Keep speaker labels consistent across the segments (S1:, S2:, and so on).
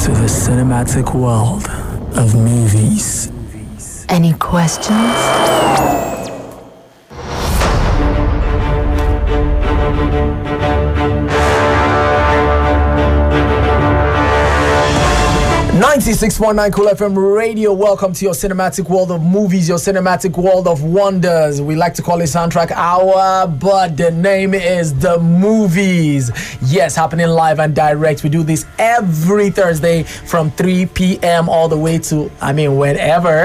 S1: to the cinematic world of movies.
S2: Any questions?
S3: Ninety-six point nine Cool FM Radio. Welcome to your cinematic world of movies, your cinematic world of wonders. We like to call it soundtrack hour, but the name is the movies. Yes, happening live and direct. We do this every Thursday from 3 p.m. all the way to I mean whenever.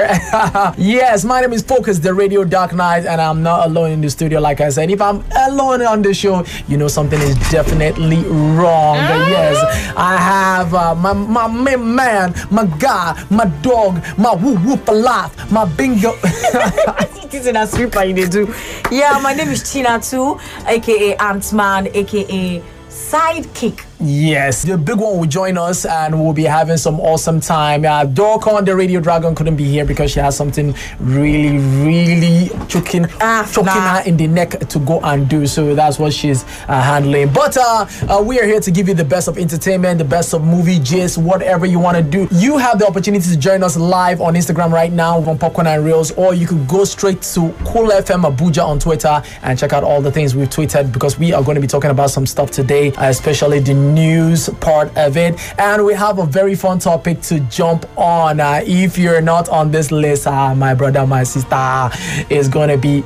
S3: yes, my name is Focus, the Radio Dark Knight, and I'm not alone in the studio. Like I said, if I'm alone on the show, you know something is definitely wrong.
S4: Ah.
S3: Yes, I have uh, my my main man, my guy, my dog, my woo woo for life, my bingo.
S4: This is a stripper you dey do. Yeah, my name is China too, aka Ant Man, aka Sidekick.
S3: Yes, the big one will join us and we'll be having some awesome time. Uh, Dorcon, the Radio Dragon, couldn't be here because she has something really, really choking,
S4: Ah,
S3: choking
S4: nah.
S3: her in the neck to go and do. So that's what she's uh, handling. But uh, uh, we are here to give you the best of entertainment, the best of movie gist, whatever you want to do. You have the opportunity to join us live on Instagram right now on Popcorn and Reels, or you could go straight to Cool FM Abuja on Twitter and check out all the things we've tweeted because we are going to be talking about some stuff today, uh, especially the news part of it. And we have a very fun topic to jump on. Uh, if you're not on this list, uh, my brother, my sister is going to be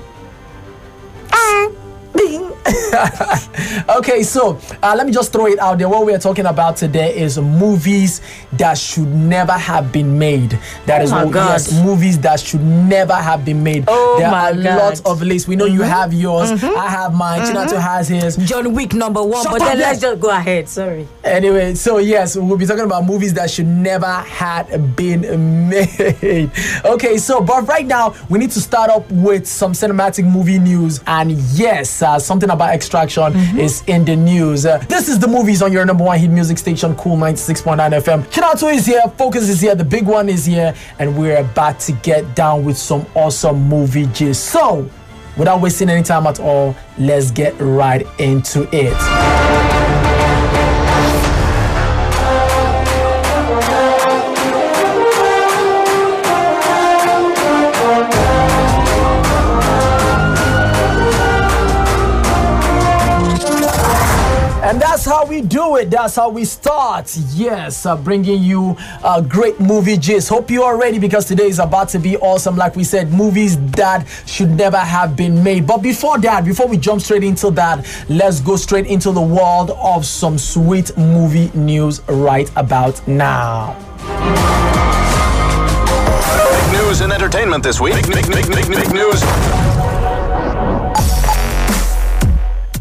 S3: okay, so uh, let me just throw it out there. What we are talking about today is movies that should never have been made. That is
S4: Oh my
S3: what,
S4: God.
S3: yes, movies that should never have been made.
S4: Oh
S3: there
S4: my
S3: are
S4: God. Mm-hmm.
S3: lots of lists. We know you have yours. I have mine. Chinatu has his.
S4: John Wick number one,
S3: Shut
S4: but
S3: up,
S4: then let's
S3: yeah.
S4: just go ahead. Sorry.
S3: Anyway, so yes, we'll be talking about movies that should never had been made. Okay, so but right now we need to start up with some cinematic movie news, and yes, uh, something about Extraction is in the news. Uh, this is the movies on your number one hit music station, Cool 96.9 FM. Chinatu is here, Focus is here, the big one is here, and we're about to get down with some awesome movie gist. So, without wasting any time at all, let's get right into it. And that's how we do it. That's how we start. Yes, uh, bringing you uh, great movie gist. Hope you are ready because today is about to be awesome. Like we said, movies that should never have been made. But before that, before we jump straight into that, let's go straight into the world of some sweet movie news right about now.
S5: Big news and entertainment this week. Big, big, big, big, big news.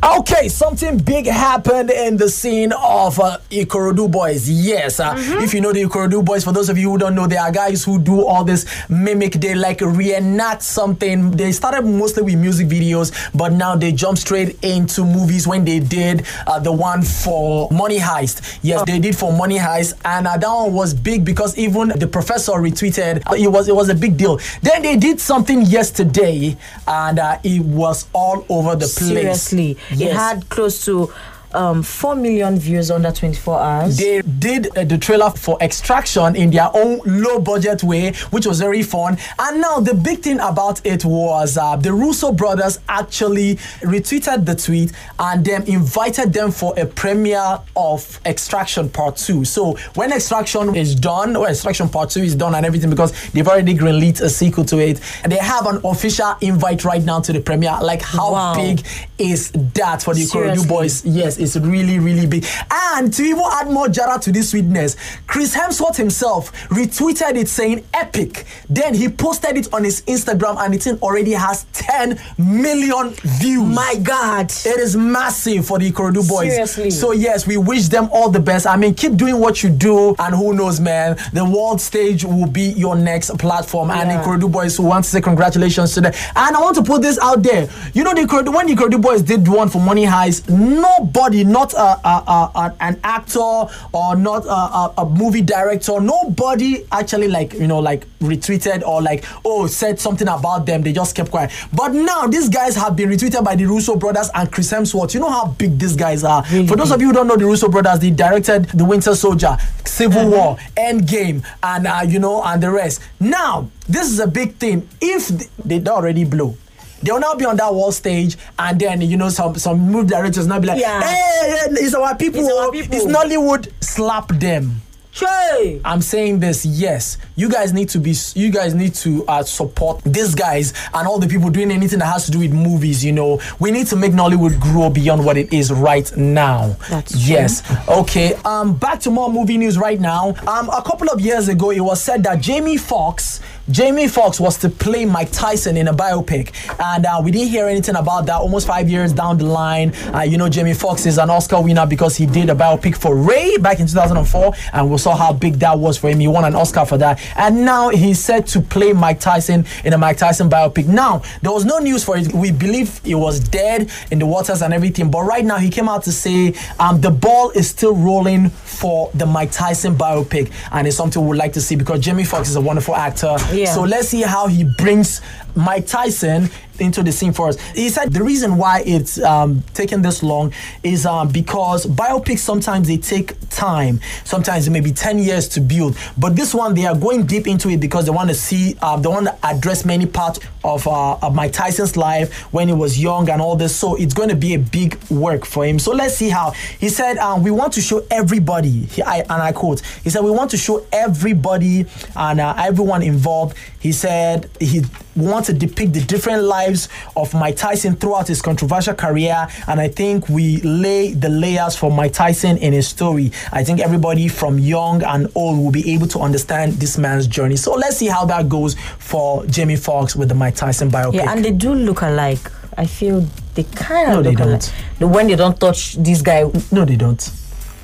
S3: Okay, something big happened in the scene of uh, Ikorodu Boys. Yes, uh, if you know the Ikorodu Boys, for those of you who don't know, they are guys who do all this mimic. They like reenact something. They started mostly with music videos, but now they jump straight into movies. When they did uh, the one for Money Heist, yes, they did for Money Heist, and uh, that one was big because even the professor retweeted. uh, It was it was a big deal. Then they did something yesterday, and uh, it was all over the place.
S4: Seriously, it had close to um, four million views under 24 hours.
S3: They did uh, the trailer for Extraction in their own low budget way, which was very fun. And now the big thing about it was uh, the Russo brothers actually retweeted the tweet and then invited them for a premiere of Extraction Part 2. So when Extraction is done, well, Extraction Part 2 is done and everything because they've already greenlit a sequel to it, they have an official invite right now to the premiere. Like, how
S4: Wow.
S3: big is that for the Ikorodu
S4: Seriously.
S3: boys? Yes, it's really, really big. And to even add more jara to this sweetness, Chris Hemsworth himself retweeted it saying epic. Then he posted it on his Instagram and the thing already has 10 million views.
S4: My God.
S3: It is massive for the Ikorodu boys.
S4: Seriously.
S3: So yes, we wish them all the best. I mean, keep doing what you do, and who knows, man, the world stage will be your next platform. And
S4: Yeah.
S3: Ikorodu boys, we want to say congratulations to them. And I want to put this out there. You know, the Ikorodu, when the Ikorodu boys did one for Money Heist, nobody, not a, a, a, a- an act actor or not a, a, a movie director. Nobody actually like you know like retweeted or like oh said something about them. They just kept quiet. But now these guys have been retweeted by the Russo brothers and Chris Hemsworth. You know how big these guys are. For those of you who don't know the Russo brothers, they directed The Winter Soldier, Civil
S4: Uh-huh.
S3: War, Endgame, and uh, you know and the rest. Now this is a big thing. If th- they don't already blow. They'll now be on that wall stage, and then you know some some movie directors now be like,
S4: Yeah.
S3: "Hey, hey, it's our people.
S4: It's
S3: It's,
S4: our people."
S3: Nollywood. Slap them."
S4: Shay.
S3: I'm saying this. Yes, you guys need to be. You guys need to uh, support these guys and all the people doing anything that has to do with movies. You know, we need to make Nollywood grow beyond what it is right now.
S4: That's
S3: yes. Okay. Um, back to more movie news right now. Um, a couple of years ago, it was said that Jamie Foxx. Jamie Foxx was to play Mike Tyson in a biopic, and uh, we didn't hear anything about that. Almost five years down the line, uh, you know, Jamie Foxx is an Oscar winner because he did a biopic for Ray back in 2004, and we saw how big that was for him. He won an Oscar for that, and now he's set to play Mike Tyson in a Mike Tyson biopic. Now there was no news for it. We believe he was dead in the waters and everything, but right now he came out to say um, the ball is still rolling for the Mike Tyson biopic, and it's something we'd like to see because Jamie Foxx is a wonderful actor.
S4: Yeah.
S3: So let's see how he brings Mike Tyson into the scene for us. He said the reason why it's um, taking this long is um, because biopics sometimes they take time. Sometimes it may be 10 years to build. But this one, they are going deep into it because they want to see, uh, they want to address many parts of, uh, of Mike Tyson's life when he was young and all this. So it's going to be a big work for him. So let's see how. He said, um, we want to show everybody, he, I, and I quote, he said, we want to show everybody and uh, everyone involved. He said he wants to depict the different lives of Mike Tyson throughout his controversial career, and I think we lay the layers for Mike Tyson in his story. I think everybody from young and old will be able to understand this man's journey. So let's see how that goes for Jamie Foxx with the Mike Tyson biopic.
S4: Yeah, and they do look alike. I feel they kind of
S3: No, they
S4: look alike.
S3: don't.
S4: The when they don't touch this guy.
S3: no, they don't.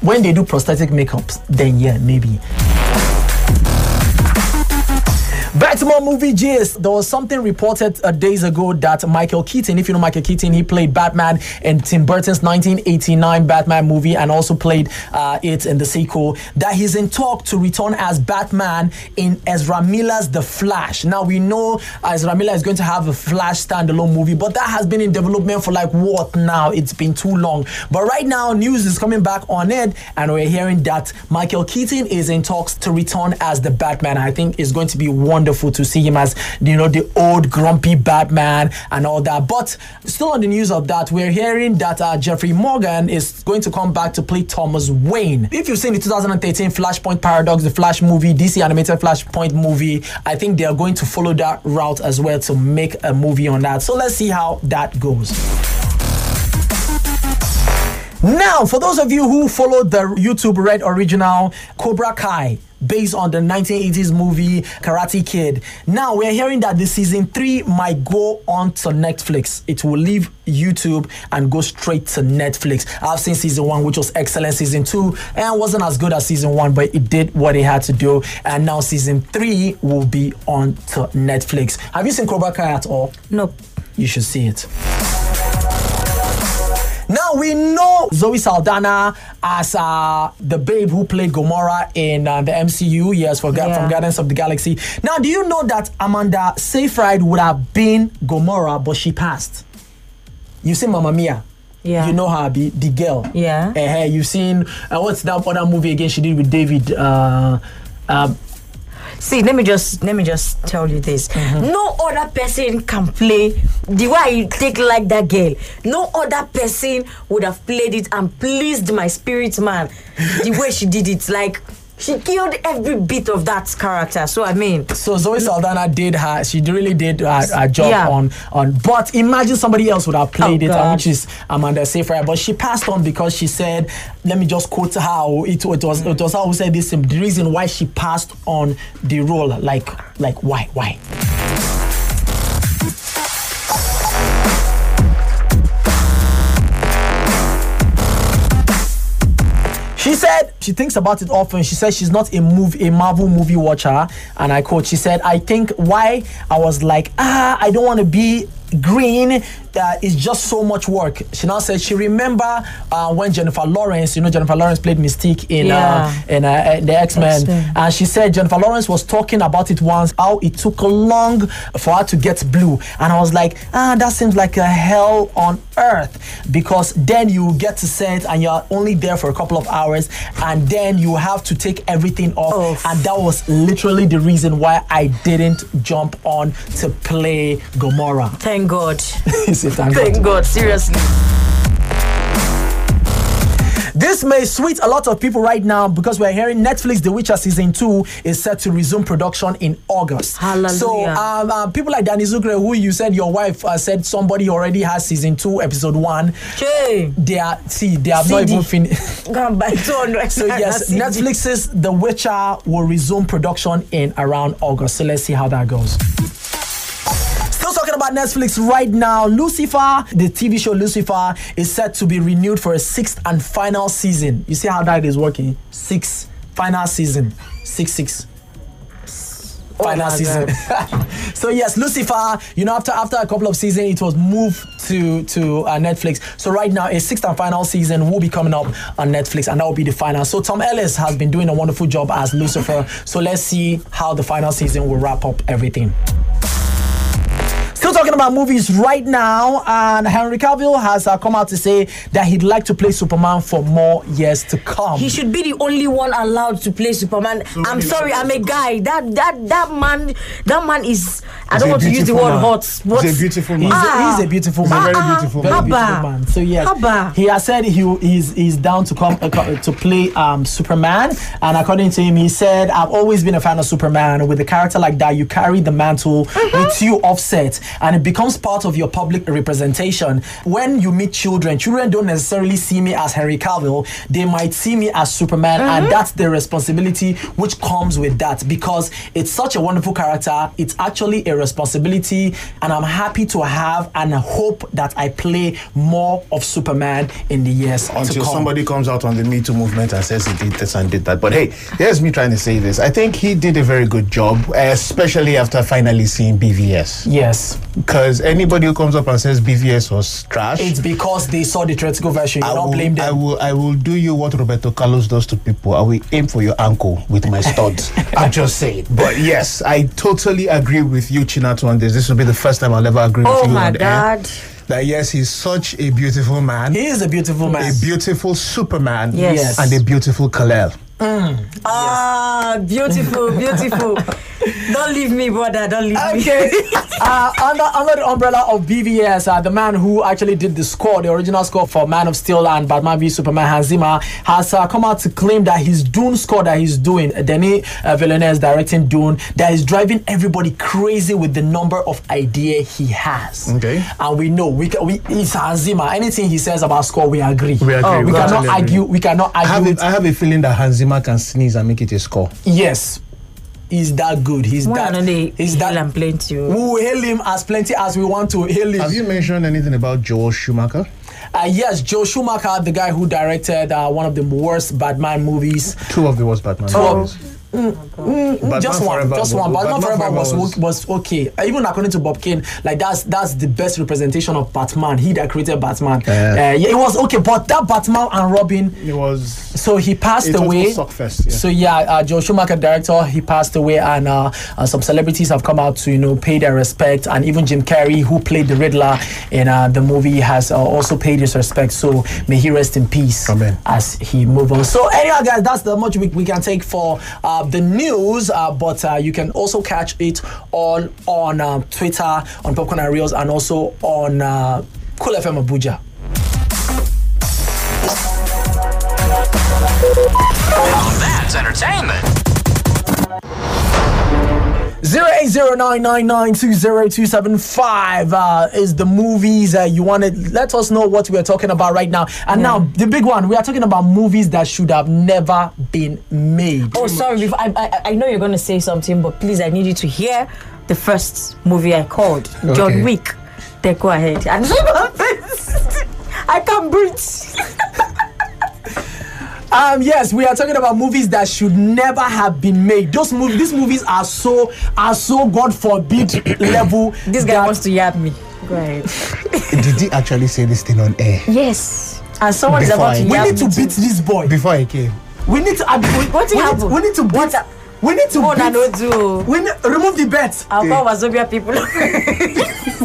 S3: When they do prosthetic makeups, then yeah, maybe. Back to more movie gist. There was something reported uh, days ago that Michael Keaton, if you know Michael Keaton, he played Batman in Tim Burton's 1989 Batman movie and also played uh, it in the sequel, that he's in talk to return as Batman in Ezra Miller's The Flash. Now, we know uh, Ezra Miller is going to have a Flash standalone movie, but that has been in development for like what now? It's been too long. But right now, news is coming back on it, and we're hearing that Michael Keaton is in talks to return as the Batman. I think it's going to be wonderful to see him as you know the old grumpy Batman and all that. But still on the news of that, we're hearing that uh, Jeffrey Morgan is going to come back to play Thomas Wayne. If you've seen the 2013 Flashpoint Paradox, the Flash movie, DC animated Flashpoint movie, I think they are going to follow that route as well to make a movie on that. So let's see how that goes. Now, for those of you who followed the YouTube Red original Cobra Kai, based on the 1980s movie Karate Kid, now we're hearing that the season three might go on to Netflix. It will leave YouTube and go straight to Netflix. I've seen season one, which was excellent. Season two and wasn't as good as season one, but it did what it had to do. And now season three will be on to Netflix. Have you seen Cobra Kai at all?
S4: No.
S3: You should see it. Now we know Zoe Saldana as uh, the babe who played Gomorrah in uh, the MCU. Yes, for Ga-
S4: Yeah.
S3: from Guardians of the Galaxy. Now, do you know that Amanda Seyfried would have been Gomorrah, but she passed? You see, Mamma Mia.
S4: Yeah.
S3: You know her, the, the girl.
S4: Yeah.
S3: Eh, eh, you've seen uh, what's that other movie again she did with David? Uh, uh,
S4: See, let me just let me just tell you this.
S3: Mm-hmm.
S4: No other person can play the way you take like that girl. No other person would have played it and pleased my spirit man the way she did it. Like she killed every bit of that character. So I mean,
S3: So Zoe Saldana did her. She really did her, her job
S4: Yeah.
S3: on on. But imagine somebody else would have played
S4: Oh,
S3: it,
S4: God.
S3: and which is Amanda Seyfried. But she passed on because she said, "Let me just quote how it, it was. It was how we said this. The reason why she passed on the role, like like why why." She said she thinks about it often. She says she's not a move a Marvel movie watcher, and I quote. She said, "I think why I was like ah I don't want to be Green uh, is just so much work. She now said she remember uh, when Jennifer Lawrence, you know, Jennifer Lawrence played Mystique in
S4: Yeah.
S3: uh, in uh, the X Men,
S4: X-Men.
S3: and she said Jennifer Lawrence was talking about it once, how it took long for her to get blue, and I was like, ah, that seems like a hell on earth because then you get to set and you're only there for a couple of hours, and then you have to take everything off,
S4: Off.
S3: and that was literally the reason why I didn't jump on to play Gomorrah.
S4: Thank God.
S3: He said, "Thank God."
S4: Thank God. Seriously.
S3: This may sweet a lot of people right now because we're hearing Netflix The Witcher season two is set to resume production in August.
S4: Hallelujah.
S3: So um, um, people like Danny Zugre, who you said your wife uh, said somebody already has season two, episode one.
S4: Jay.
S3: They are see they have not
S4: CD.
S3: even finished.
S4: Go and buy 200.
S3: So yes,
S4: CD.
S3: Netflix's The Witcher will resume production in around August. So let's see how that goes. Still talking about Netflix right now. Lucifer, the TV show Lucifer, is set to be renewed for a sixth and final season. You see how that is working? Six final season. Six six final
S4: Oh my
S3: season. so yes, Lucifer. You know, after after a couple of seasons, it was moved to to uh, Netflix. So right now, a sixth and final season will be coming up on Netflix, and that will be the final. So Tom Ellis has been doing a wonderful job as Lucifer. So let's see how the final season will wrap up everything. Still talking about movies right now, and Henry Cavill has uh, come out to say that he'd like to play Superman for more years to come.
S4: He should be the only one allowed to play Superman. I'm sorry, I'm a guy. That that that man, that man is. I don't
S6: a
S4: want to use the
S6: beautiful
S4: word
S6: man.
S4: hot.
S6: He's a
S4: What?
S6: beautiful man.
S3: He's,
S4: Ah.
S3: a, he's a beautiful
S6: He's a
S3: man.
S6: very beautiful
S3: Very
S6: man.
S4: Abba.
S3: beautiful man. So yes,
S4: Abba.
S3: he has said he is is down to come uh, co- to play um, Superman, and according to him, he said, "I've always been a fan of Superman. With a character like that, you carry the mantle
S4: Mm-hmm.
S3: with you, offset, and it becomes part of your public representation. When you meet children, children don't necessarily see me as Henry Cavill. They might see me as Superman, and that's the responsibility which comes with that because it's such a wonderful character. It's actually a responsibility, and I'm happy to have and hope that I play more of Superman in the years to
S6: until
S3: come.
S6: somebody comes out on the Me Too movement and says he did this and did that. But hey, here's me trying to say this. I think he did a very good job, especially after finally seeing BVS.
S3: yes,
S6: Because anybody who comes up and says BVS was trash,
S3: it's because they saw the theoretical version. You
S6: I
S3: don't
S6: will,
S3: blame them.
S6: I will, I will do you what Roberto Carlos does to people. I will aim for your ankle with my studs. I'm just saying. But yes, I totally agree with you, Chinatu, on this. This will be the first time I'll ever agree
S4: Oh
S6: with you
S4: my
S6: on
S4: God.
S6: air. That yes, he's such a beautiful man.
S3: He is a beautiful man.
S6: a beautiful Superman
S4: Yes. Yes.
S6: and a beautiful Kalel.
S4: Ah, beautiful, beautiful. don't leave me, brother. Don't leave me.
S3: Okay. uh, under, under the umbrella of BVS, uh, the man who actually did the score, the original score for Man of Steel and Batman v Superman, Hans Zimmer, has uh, come out to claim that his Dune score that he's doing, uh, Denis uh, Villeneuve is directing Dune, that is driving everybody crazy with the number of idea he has.
S6: Okay.
S3: And we know we, ca- we it's Hans Zimmer. Anything he says about score, we agree.
S6: We agree. Oh,
S3: we
S6: we
S3: cannot
S6: totally
S3: argue. We cannot
S6: I have,
S3: argue. with-
S6: a, I have a feeling that Hans Zimmer can sneeze and make it a score.
S3: yes. He's that good. He's
S4: Why
S3: that.
S4: don't they
S3: he's that.
S4: heal and plain to you?
S3: We will hail him as plenty as we want to hail him.
S6: Have you mentioned anything about Joel Schumacher?
S3: Uh, yes, Joe Schumacher, the guy who directed uh, one of the worst Batman movies.
S6: Two of the worst Batman
S3: Oh.
S6: movies. Batman
S3: mm, just one,
S6: Forever
S3: just one.
S6: was-
S3: Batman,
S6: Batman
S3: Forever
S6: Forever
S3: was, was
S6: was-
S3: okay. Uh, Even according to Bob Kane, like that's that's the best representation of Batman. He that created Batman.
S6: Yeah.
S3: Uh, yeah, it was okay, but that Batman and Robin.
S6: It was
S3: So he passed
S6: A total
S3: away.
S6: suckfest, yeah.
S3: So yeah, uh, Joe Schumacher, director, he passed away, and uh, uh, some celebrities have come out to you know pay their respect, and even Jim Carrey, who played the Riddler in uh, the movie, has uh, also paid his respect. So may he rest in peace
S6: Amen.
S3: as he move on. So anyhow, guys, that's the much we, we can take for uh, the news, uh, but uh, you can also catch it all on um, Twitter, on Popcorn and Reels, and also on uh, Cool FM Abuja.
S5: That's entertainment.
S3: 08099920275 uh, is the movies uh, you wanted. Let us know what we are talking about right now. And now the big one, we are talking about movies that should have never been made.
S4: Oh, sorry. Before, I, I I know you're gonna say something, but please, I need you to hear the first movie I called, John
S6: Okay.
S4: Wick. Then go ahead. And I can't breathe.
S3: Um, yes, we are talking about movies that should never have been made. Those movies, these movies are so are so God forbid level.
S4: This guy
S3: that-
S4: wants to yab me. Go ahead.
S6: Did he actually say this thing on air
S2: Yes.
S4: And someone is
S6: Before
S4: about
S6: I-
S4: to
S6: We
S3: We
S4: yab
S3: need to
S4: it.
S3: beat this boy.
S6: before I came?
S3: We need to. Abi, we,
S4: What
S3: we need,
S4: happened?
S3: we need to beat.
S4: What hap-
S3: We need to
S4: Oh, na
S3: beat.
S4: no do.
S3: we ne- remove the bet.
S4: Our power Zobia people.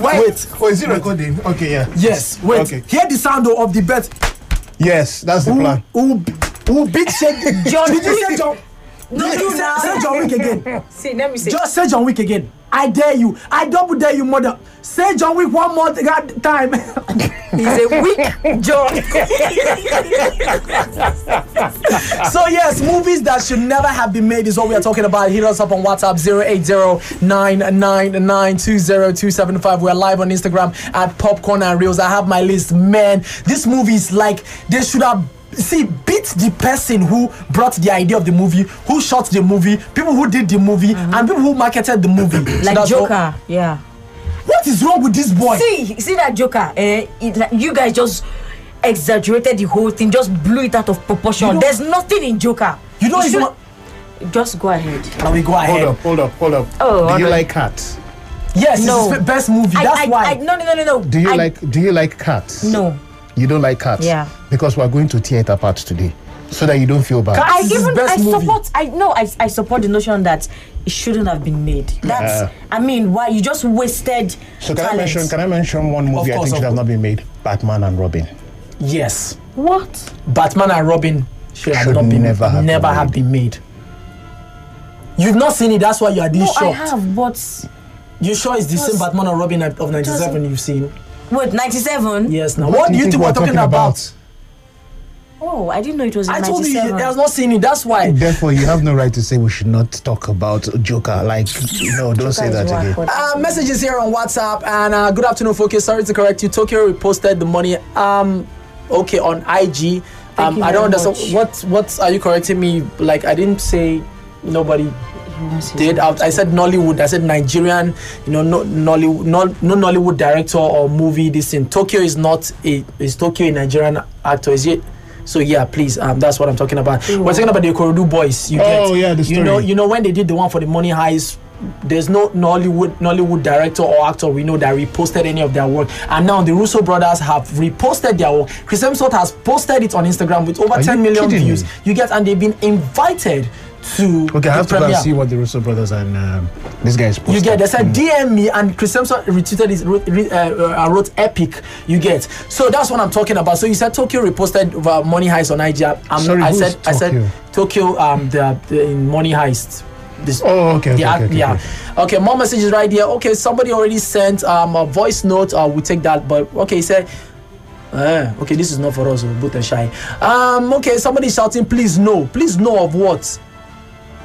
S6: Wait. Oh, is it recording? Okay, yeah.
S3: Yes. Wait.
S6: Okay.
S3: Hear the sound oh, of the bet.
S6: Yes, that's the
S3: Who,
S6: plan.
S3: who, who beat Shady?
S4: John
S3: Did you say
S4: Wick.
S3: John?
S4: No, you
S3: say,
S4: now.
S3: say John Wick again.
S4: See, let me see.
S3: Just say John Wick again. I dare you. I double dare you, mother. Say John Wick one more th- god time.
S4: He's a weak John.
S3: so yes, movies that should never have been made is what we are talking about. Hit us up on WhatsApp 080-999-20275. We are live on Instagram at Popcorn and Reels. I have my list. Man, this movie is like they should have see beat the person who brought the idea of the movie, who shot the movie, people who did the movie, and people who marketed the movie. So
S4: Mm-hmm. like
S3: that's all-
S4: Joker. Yeah.
S3: what is wrong with this boy?
S4: See, see that Joker. Eh? It, like, you guys just exaggerated the whole thing, just blew it out of proportion.
S3: You don't-
S4: There's nothing in Joker.
S3: you don't
S4: It
S3: even.
S4: should- Just go ahead.
S3: Now we go
S6: Hold
S3: ahead.
S6: up, hold up, hold up.
S4: Oh,
S6: do you
S4: okay.
S6: like cats?
S3: Yes,
S4: No.
S3: it's his best movie.
S4: I-
S3: That's
S4: I,
S3: why.
S4: I, no, no, no, no, no.
S6: Do you
S4: I-
S6: like do you like cats?
S4: No.
S6: You don't like cats?
S4: Yeah.
S6: Because we're going to tear it apart today. So that you don't feel bad.
S3: Cats
S4: I
S3: is his
S4: even
S3: best
S4: I
S3: movie.
S4: support I no I, I support the notion that it shouldn't have been made. That's
S6: Yeah.
S4: I mean why you just wasted
S6: so can I
S4: talent.
S6: mention can I mention one
S3: course,
S6: movie I think
S3: of
S6: should have not been made? Batman and Robin.
S3: Yes,
S4: what?
S3: Batman and Robin should, have
S6: Should
S3: not been
S6: never have
S3: never
S6: been
S3: have been made. You've not seen it. That's why you are this
S4: No, Oh, I
S3: shocked.
S4: have but
S3: You sure it's the same
S4: Just-
S3: Batman and Robin of of '97 you've seen?
S4: wait, ninety seven?
S3: Yes. Now, what, do you think we're talking about?
S4: Oh, I didn't know it was in
S3: I
S4: ninety
S3: told you, you has
S4: seven.
S3: not seen it. That's why.
S6: Therefore, you have no right to say we should not talk about Joker. Like, no, don't say that again.
S3: Uh, messages here on WhatsApp and uh, good afternoon, Focus. Sorry to correct you. Tokyo reposted the money. Um, okay, on IG. Um,
S4: you
S3: I don't
S4: very
S3: understand.
S4: much.
S3: What what are you correcting me? Like I didn't say nobody did. I, I said Nollywood. I said Nigerian. You know, no Nollywood, no, no Nollywood director or movie. This in Tokyo is not a is Tokyo a Nigerian actor? Is it? So yeah, please. Um, that's what I'm talking about. We're talking about the Ikorodu boys. You
S6: Oh,
S3: get.
S6: yeah, the
S3: You know,
S6: story.
S3: you know when they did the one for the money heist there's no nollywood nollywood director or actor we know that reposted any of their work and now the russo brothers have reposted their work chris hemsworth has posted it on instagram with over
S6: Are
S3: 10
S6: you
S3: million
S6: kidding
S3: views
S6: me?
S3: you get and they've been invited to
S6: Okay,
S3: the
S6: I have to go and
S3: premiere.
S6: see what the Russo brothers and um, this guy is posting.
S3: You get they said
S6: Mm.
S3: DM me and Chris Samson retweeted his wrote, re, uh, uh, wrote epic. You get so that's what I'm talking about. So you said Tokyo reposted uh, Money Heist on IG. I'm,
S6: Sorry,
S3: I
S6: who's
S3: said I said Tokyo um the, the in Money Heist. This,
S6: Oh, okay, okay,
S3: yeah,
S6: okay, okay,
S3: yeah. Okay. more messages right here. Okay, somebody already sent um a voice note. Uh, we take that, but okay, he said. Uh, okay, this is not for us, both and shy. Um, okay, somebody shouting, please no, please no of what?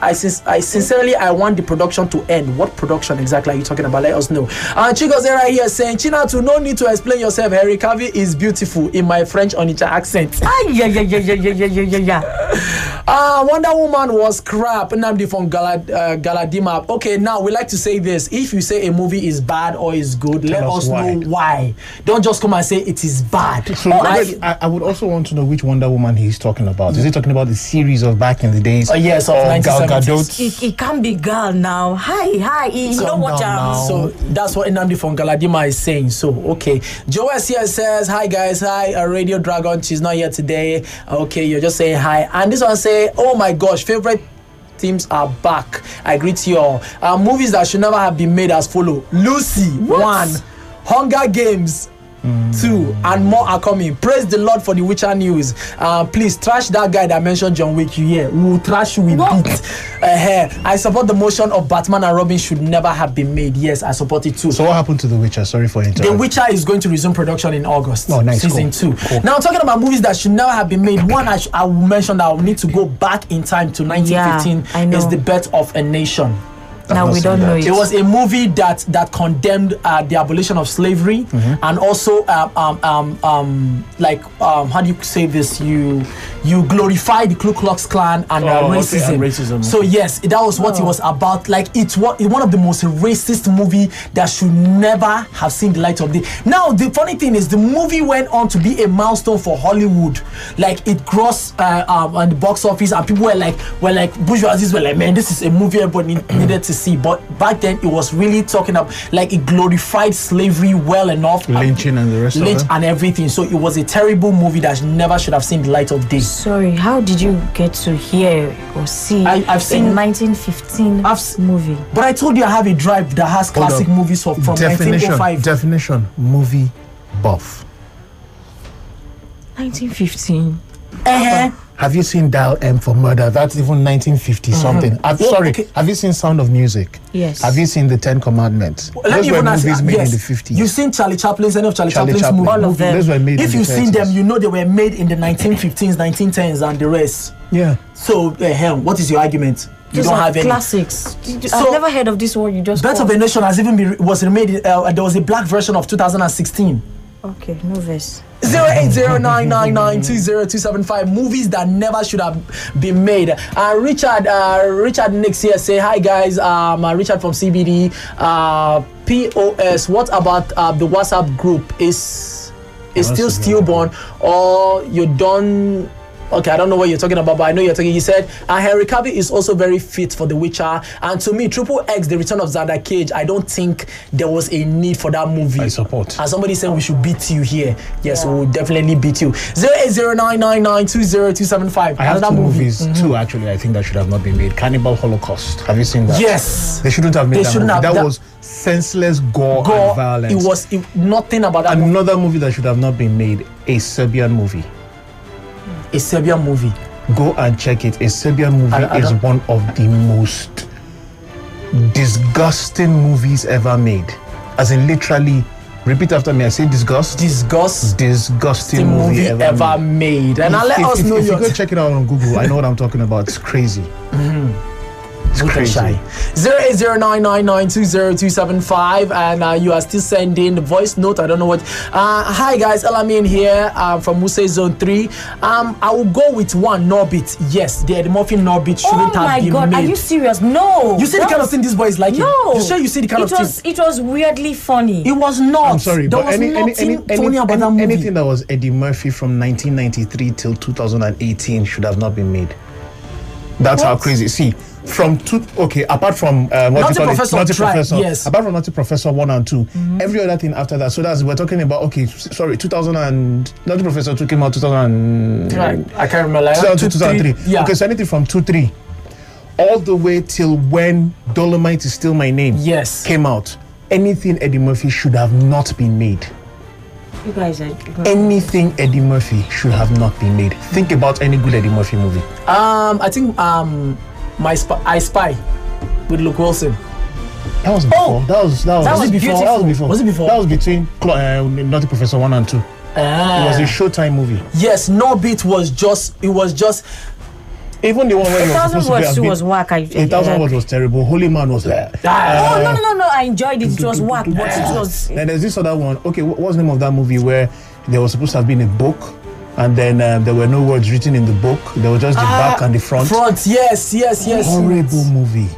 S3: I, sin- I sincerely I want the production to end. What production exactly are you talking about? Let us know. And Chigozera here saying, Chinatu, no need to explain yourself. Harry Cavill is beautiful in my French Onitsha accent.
S4: Ah, yeah, yeah, yeah, yeah, yeah, yeah, yeah, yeah, yeah.
S3: Ah, Wonder Woman was crap. Namdi from Galad, uh, Galadima. Okay, now we like to say this: if you say a movie is bad or is good, let
S6: us
S3: us,
S6: why.
S3: know why. Don't just come and say it is bad.
S6: So Robert, I, I would also want to know which Wonder Woman he's talking about. Is he talking about the series of back in the days?
S3: Uh, yes, of
S6: or Gal
S3: 1970s.
S6: Gadot.
S4: It, it can be girl now. Hi, hi. You know
S6: Calm
S4: what?
S6: down
S4: um,
S6: now.
S3: So that's what Nnamdi from Galadima is saying. So okay, Joes here says hi guys, hi uh, Radio Dragon. She's not here today. Okay, you're just saying hi. And this one say, oh my gosh, favorite teams are back. I greet you all. Uh, movies that should never have been made as follow: Lucy one, Hunger Games. Two and more are coming. Praise the Lord for the Witcher news. Uh, please trash that guy that mentioned John Wick. You hear? We will trash you with beat. Uh, I support the motion of Batman and Robin should never have been made. Yes, I support it too.
S6: So what happened to The Witcher? Sorry for interrupting.
S3: The Witcher is going to resume production in August.
S6: Oh, nice.
S3: Season
S6: Cool.
S3: two.
S6: Cool.
S3: Now, talking about movies that should never have been made, one I, sh- I will mention that I will need to go back in time to 1915
S4: I know.
S3: is The Birth of a Nation.
S4: now
S6: not
S4: we
S6: seen
S4: don't
S6: that.
S4: know
S3: It was a movie that that condemned uh, the abolition of slavery
S6: Mm-hmm.
S3: and also um, um, um, um, like um, how do you say this? You you glorify the Ku Klux Klan and uh,
S6: Oh, okay, Oh.
S3: racism.
S6: and racism.
S3: So yes, that was what it was about. Like it's what one of the most racist movie that should never have seen the light of day. Now the funny thing is the movie went on to be a milestone for Hollywood. Like it crossed uh, um, on the box office and people were like were like bourgeoisies were like man this is a movie everybody needed to see. But back then, it was really talking up like it glorified slavery well enough.
S6: Lynching and eh? the rest of
S3: Lynch
S6: it.
S3: and everything. So it was a terrible movie that never should have seen the light of day.
S4: Sorry, how did you get to hear or see
S3: I- I've seen-
S4: a 1915
S3: I've s-
S4: movie?
S3: But I told you I have a drive that has
S6: Hold
S3: classic
S6: on.
S3: movies from, oh from
S6: definition,
S3: 1905.
S6: definition, movie buff.
S4: 1915.
S3: Eh, eh.
S6: Have you seen Dial M for Murder? That's even 1950
S3: Mm-hmm.
S6: something. I'm
S3: Yeah,
S6: sorry.
S3: okay.
S6: Have you seen Sound of Music?
S4: Yes.
S6: Have you seen The Ten Commandments?
S3: Let me
S6: Those were
S3: even ask
S6: movies
S3: you.
S6: made
S3: yes,
S6: in the 50s.
S3: You've seen Charlie Chaplin's, any of Charlie,
S6: Charlie
S3: Chaplin's
S6: Chaplin.
S3: movies?
S4: All of them.
S6: Those were made in
S3: If
S6: the
S3: you've seen
S6: 30s.
S3: them, you know they were made in the 1915s, 1910s, and the rest.
S6: yeah.
S3: So, eh, hell, what is your argument? You
S4: Those
S3: don't
S4: are
S3: have any.
S4: classics. Did you-
S3: So-
S4: I've never heard of this one. You just
S3: Birth of a
S4: called.
S3: Nation has even been was remade. Uh, there was a black version of 2016.
S4: Okay, no verse.
S3: 08099920275 movies that never should have been made. Uh, Richard uh, Richard Nix here say hi guys. Um, uh, Richard from CBD. Uh, POS. What about uh, the WhatsApp group? Is is still stillborn or you done? Okay, I don't know what you're talking about, but I know you're talking. He said, uh, Henry Cavill is also very fit for The Witcher. And to me, Triple X, The Return of Xander Cage, I don't think there was a need for that movie.
S6: I support.
S3: And somebody said we should beat you here. Yes, we will definitely beat you. 08099920275.
S6: I have two movies,
S3: Mm-hmm.
S6: two actually, I think that should have not been made. Cannibal Holocaust. Have you seen that?
S3: Yes.
S6: They shouldn't have made
S3: They
S6: that
S3: shouldn't
S6: movie.
S3: have-
S6: that,
S3: that-
S6: was senseless gore,
S3: Gore,
S6: and violence.
S3: it was it, nothing about that. movie.
S6: another movie that should have not been made, a Serbian movie.
S3: a Serbian movie.
S6: Go and check it. A Serbian movie
S3: I- I
S6: is
S3: don't-
S6: one of the most disgusting movies ever made. As in literally, repeat after me. I say disgust.
S3: Disgust
S6: disgusting
S3: the
S6: movie,
S3: movie ever, made. And
S6: If-
S3: now let
S6: if-
S3: us
S6: if-
S3: know
S6: if
S3: your.
S6: you go check it out on Google. I know what I'm talking about. It's crazy. It's
S3: Don't get
S6: crazy.
S3: Mm-hmm. shy. 08099920275 and uh, you are still sending the voice note. I don't know what. Uh, hi guys, Elamin here um, from Muse Zone 3. Um, I will go with one Norbit. Yes, the Edmorphin Norbit
S4: Oh
S3: shouldn't have
S4: my
S3: been
S4: god,
S3: made.
S4: are you serious? No.
S3: You see the
S4: that
S3: kind of
S4: was-
S3: thing this boy is liking.
S4: No.
S3: You sure you see the kind
S4: it
S3: of
S4: was,
S3: thing?
S4: It was weirdly funny.
S3: It was not.
S6: I'm sorry,
S3: there
S6: but
S3: was
S6: any, any,
S3: nothing
S6: any, any,
S3: funny about
S6: any-
S3: that movie.
S6: anything that was Eddie Murphy from 1993 till 2018 should have not been made. That's how crazy. See, from two, okay, apart from uh, what
S3: Naughty
S6: you call
S3: Professor
S6: it, Naughty
S3: tried,
S6: Professor,
S3: yes. Mm-hmm.
S6: apart from Naughty Professor one and 2 every other thing after that. So that's we're talking about. Okay, s- sorry, 2000 and Naughty Professor two came out 2000.
S3: Right. I can't remember. Like,
S6: 2002,
S3: two, three,
S6: 2003.
S3: Yeah.
S6: Okay, so anything from 2 3 all the way till when Dolomite is Still My Name
S3: Yes.
S6: came out. Anything Eddie Murphy should have not been made.
S4: You guys are.
S6: Anything Eddie Murphy should have not been made. Think about any good Eddie Murphy movie.
S3: Um, I think um, my spy, I Spy with Luke Wilson.
S6: That was before. that was Oh, that was,
S3: That was
S6: before. That
S3: beautiful.
S6: was before.
S3: Was it before?
S6: That was between Clo- uh, Naughty Professor one and two. It was a
S3: Ah.
S6: Showtime movie.
S3: yes, Norbit was just. It was just.
S6: Even the one where
S4: A
S6: you were
S4: thousand
S6: supposed to be
S4: words
S6: a
S4: too
S6: bit-
S4: was whack. I,
S6: A thousand words was terrible. Holy man was there.
S3: Ah.
S4: Oh no no no no! I enjoyed it. It was whack, but it was.
S6: Then there's this other one. Okay, what was the name of that movie where there was supposed to have been a book, and then um, there were no words written in the book. There was just the back and the Ah, front.
S3: Front. Yes. Yes. Yes.
S6: Horrible movie.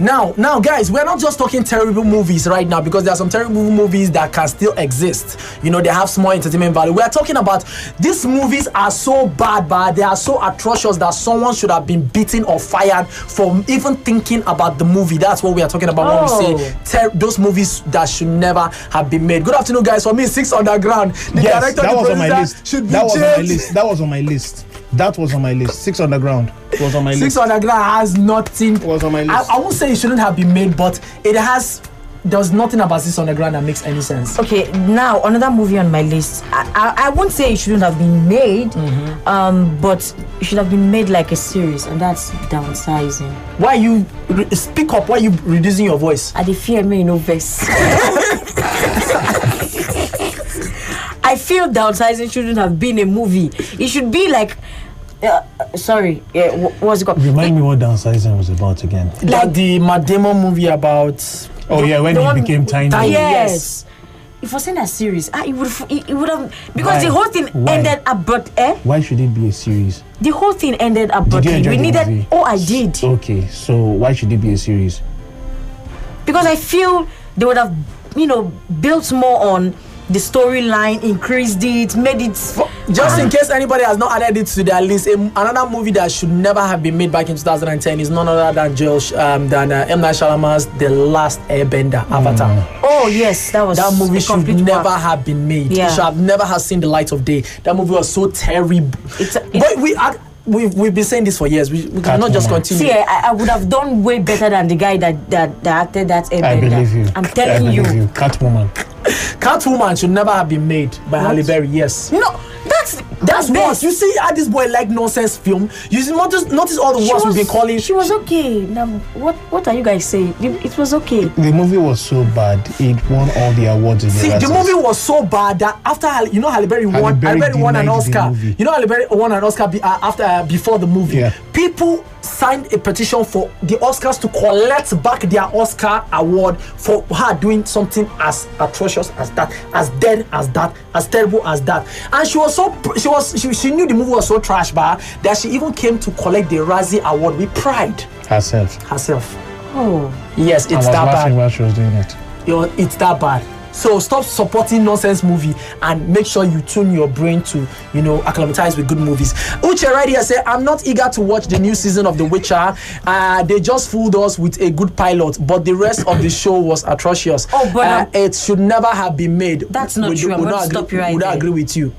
S3: Now, now, guys, we're not just talking terrible movies right now because there are some terrible movies that can still exist. You know, they have small entertainment value. We are talking about these movies are so bad, bad. They are so atrocious that someone should have been beaten or fired for even thinking about the movie. That's what we are talking about when we say
S4: Oh.
S3: ter- those movies that should never have been made. Good afternoon, guys. For me, Six Underground. The
S6: Yes,
S3: director,
S6: that
S3: the
S6: was on my
S3: producer
S6: list.
S3: should be
S6: That was on my
S3: jailed.
S6: list. That was on my list. That was on my list. Six Underground was on my
S3: Six
S6: list.
S3: Underground has nothing.
S6: was on my list.
S3: I, I won't say it shouldn't have been made, but it has. There's nothing about Six Underground that makes any sense.
S4: Okay, now another movie on my list. I, I, I won't say it shouldn't have been made, um, but it should have been made like a series, and that's downsizing.
S3: Why you re- speak up? Why you reducing your voice?
S4: I dey fear me no vex. I feel downsizing shouldn't have been a movie. It should be like, uh, sorry, yeah, wh- what's it called?
S6: Remind me what downsizing was about again.
S3: Like the Matt Damon movie about.
S6: Oh yeah, when
S4: the
S6: he
S4: one-
S6: became tiny.
S3: Tiny. Yeah.
S4: yes. If I send a series, ah, it would f- it, it would have because the
S6: Why?
S4: whole thing
S6: Why?
S4: ended abrupt. Eh,
S6: Why should it be a series?
S4: the whole thing ended abruptly.
S6: enjoy
S4: We
S6: the
S4: needed.
S6: movie?
S4: Oh, I did
S6: Okay, so why should it be a series?
S4: because I feel they would have, you know, built more on the storyline, increased it, made it.
S3: Just in case anybody has not added it to their list, a- another movie that should never have been made back in 2010 is none other than Joel, Sh- um, than uh, M Night Shyamalan's The Last Airbender Avatar.
S4: Oh yes, that was
S3: That movie
S4: a
S3: should
S4: complete
S3: never
S4: whack.
S3: have been made.
S4: Yeah.
S3: It should have never have seen the light of day. That movie was so terrible.
S4: It's a-
S3: but we are, we've, we've been saying this for years. We, we cannot just
S6: woman.
S3: continue.
S4: See, eh? I, I would have done way better than the guy that that, that acted that.
S6: I
S4: Airbender.
S6: believe you.
S4: I'm
S6: I
S4: telling
S6: believe
S4: you.
S6: you. Catwoman.
S3: Catwoman should never have been made by Halle Berry. Yes.
S4: No, that's
S3: That's
S4: what
S3: worse. You see how this boy like nonsense film. You see, notice, notice all the words we've been calling.
S4: She was okay. Now, what what are you guys saying? It, it was okay.
S6: The movie was so bad, it won all the awards in
S3: See, the
S6: Razzies.
S3: movie was so bad that after Halle- you know Halle Berry won,
S6: Halle
S3: Halle
S6: Berry
S3: Berry, won an
S6: denied the
S3: Oscar.
S6: movie.
S3: You know Halle Berry won an Oscar be, uh, after uh, before the movie.
S6: Yeah.
S3: People signed a petition for the Oscars to collect back their Oscar award for her doing something as atrocious as that, as dead as that, as terrible as that. And she was so pr- she was she, she knew the movie was so trash bar that she even came to collect the Razzie award with pride
S6: herself.
S3: herself.
S4: Oh,
S3: Yes, it's
S6: I was
S3: that bad
S6: laughing while she was doing it.
S3: you know, it's that bad. So stop supporting nonsense movie and make sure you tune your brain to, you know, acclimatize with good movies. Uche right here said, I'm not eager to watch the new season of The Witcher. Uh, they just fooled us with a good pilot, but the rest of the show was atrocious.
S4: Oh, but
S3: uh,
S4: I'm-
S3: it should never have been made.
S4: That's not
S3: We-
S4: true. I'm
S3: we
S4: going
S3: don't agree-
S4: to stop you right
S3: We don't
S4: there.
S3: agree with you.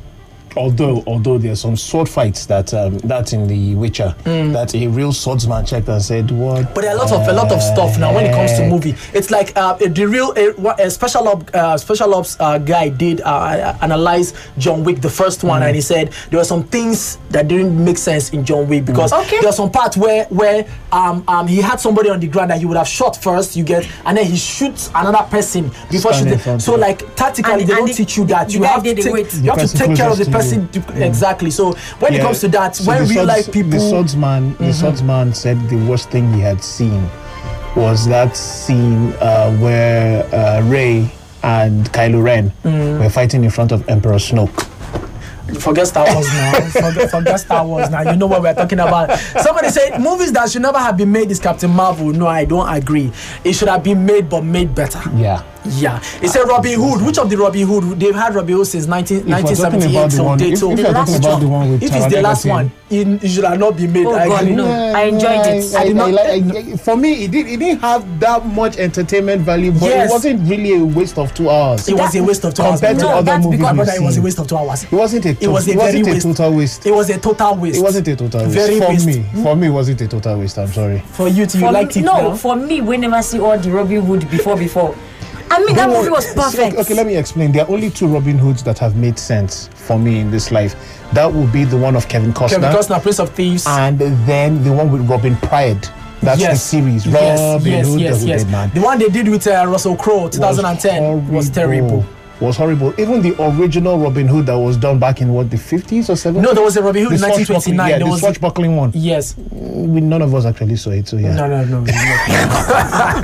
S6: Although, although there's some sword fights that um, that's in The Witcher that a real swordsman checked and said, "What?"
S3: Hmm.
S6: Eh,
S3: But there are a lot of a lot of stuff now when it comes to movie. It's like uh, a- the real a, what- a special op, uh, special ops uh, guy did uh, uh, analyze John Wick the first one, and he said there were some things that didn't make sense in John Wick because
S4: Okay.
S3: there was some part where where um, um he had somebody on the ground that he would have shot first, you get, and then he shoots another person before
S6: Stand in
S3: shooting.
S6: front
S3: So
S6: of-
S3: like tactically,
S4: And-
S3: they
S4: and
S3: don't
S4: the-
S3: teach you
S4: the-
S3: that
S4: the
S3: you
S4: guy
S3: have to
S4: did the
S3: take
S4: wait.
S3: you have to
S6: person
S3: take care of the
S6: closest to
S3: person
S6: you.
S3: to- exactly. So when it
S6: Yeah,
S3: comes to that,
S6: so
S3: when
S6: the
S3: real
S6: swords-
S3: life people Mm-hmm.
S6: the swordsman, the swordsman said the worst thing he had seen was that scene uh, where uh, Ray and Kylo Ren
S3: Mm.
S6: were fighting in front of Emperor Snoke.
S3: Forget Star Wars now. Forget, forget Star Wars now. You know what we're talking about. Somebody said movies that should never have been made is Captain Marvel. No, I don't agree. It should have been made, but made better.
S6: Yeah.
S3: Yeah. He said Robin Hood. Which of the Robin Hood? They've had Robin Hood since 19,
S6: Ah, If we're talking
S3: 1978.
S6: about the
S3: Some
S6: one,
S3: date.
S6: if,
S3: So
S6: if
S3: if
S6: you're talking about the one with
S3: it's the
S6: Taron
S3: last
S6: Egerton,
S3: one, it, it should have not been made.
S4: Oh,
S3: I
S4: God,
S3: agree.
S4: no. I enjoyed it.
S6: I,
S4: I
S6: did
S4: did
S6: not,
S4: not-
S6: for me, it, did, it didn't have that much entertainment value, but
S3: Yes.
S6: it wasn't really a waste of two hours.
S3: It was a waste of two hours.
S6: compared to
S4: No,
S6: other
S4: that's
S6: movies.
S4: because-
S6: we've
S3: Brother, it was a
S6: seen.
S3: waste of two hours.
S6: It wasn't a,
S3: It was a
S6: it
S3: very
S6: wasn't a
S3: waste.
S6: total waste.
S3: It was a total waste.
S6: It wasn't a total waste.
S3: Very
S6: for
S3: waste.
S6: me, for me, it wasn't a total waste. I'm sorry.
S3: for you to you
S4: for
S3: liked
S4: me,
S3: it
S4: no,
S3: now.
S4: for me, we never see all the Robin Hood before before. I mean, that
S6: No,
S4: movie was
S6: so-
S4: perfect.
S6: okay, let me explain. There are only two Robin Hoods that have made sense for me in this life. That would be the one of Kevin Costner,
S3: Kevin Costner, Prince of Thieves.
S6: and then the one with Robin Pride. Ah, That's the series. Robin Hood, the Hooded Man.
S3: The one they did with uh, Russell Crowe, 2010, was, terrible.
S6: Was horrible. Even the original Robin Hood that was done back in what the 50s or 70s.
S3: No, there was a Robin Hood in
S6: The swashbuckling-
S3: 1929.
S6: Yeah,
S3: there
S6: the
S3: was
S6: swashbuckling one.
S3: yes.
S6: We, none of us actually saw it. So yeah.
S3: No, no, no. no.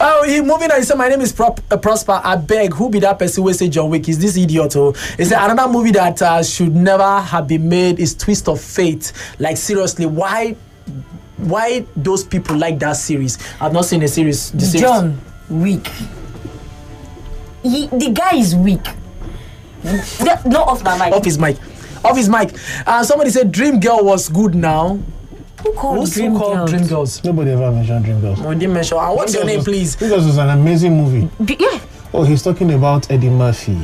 S3: oh, he moving on. He said, "My name is Prop, uh, Prosper. I beg, who be that person who say John Wick? Is this idiot? Oh, he said another movie that uh, should never have been made is Twist of Fate. Like seriously, why?" Why those people like that series? I've not seen the series. The series.
S4: John weak. He, the guy is weak. That- no, off my mic.
S3: off his mic, off his mic. Uh, somebody said Dream Girl was good. Now
S4: Who called
S3: Who's
S4: Dream
S3: Dream called
S4: Girls?
S3: Dream Girls?
S6: Nobody ever mentioned Dreamgirls.
S3: We didn't mention. And what's your name, please?
S6: Dreamgirls was an amazing movie.
S4: Be- yeah.
S6: Oh, he's talking about Eddie Murphy.
S3: Eh,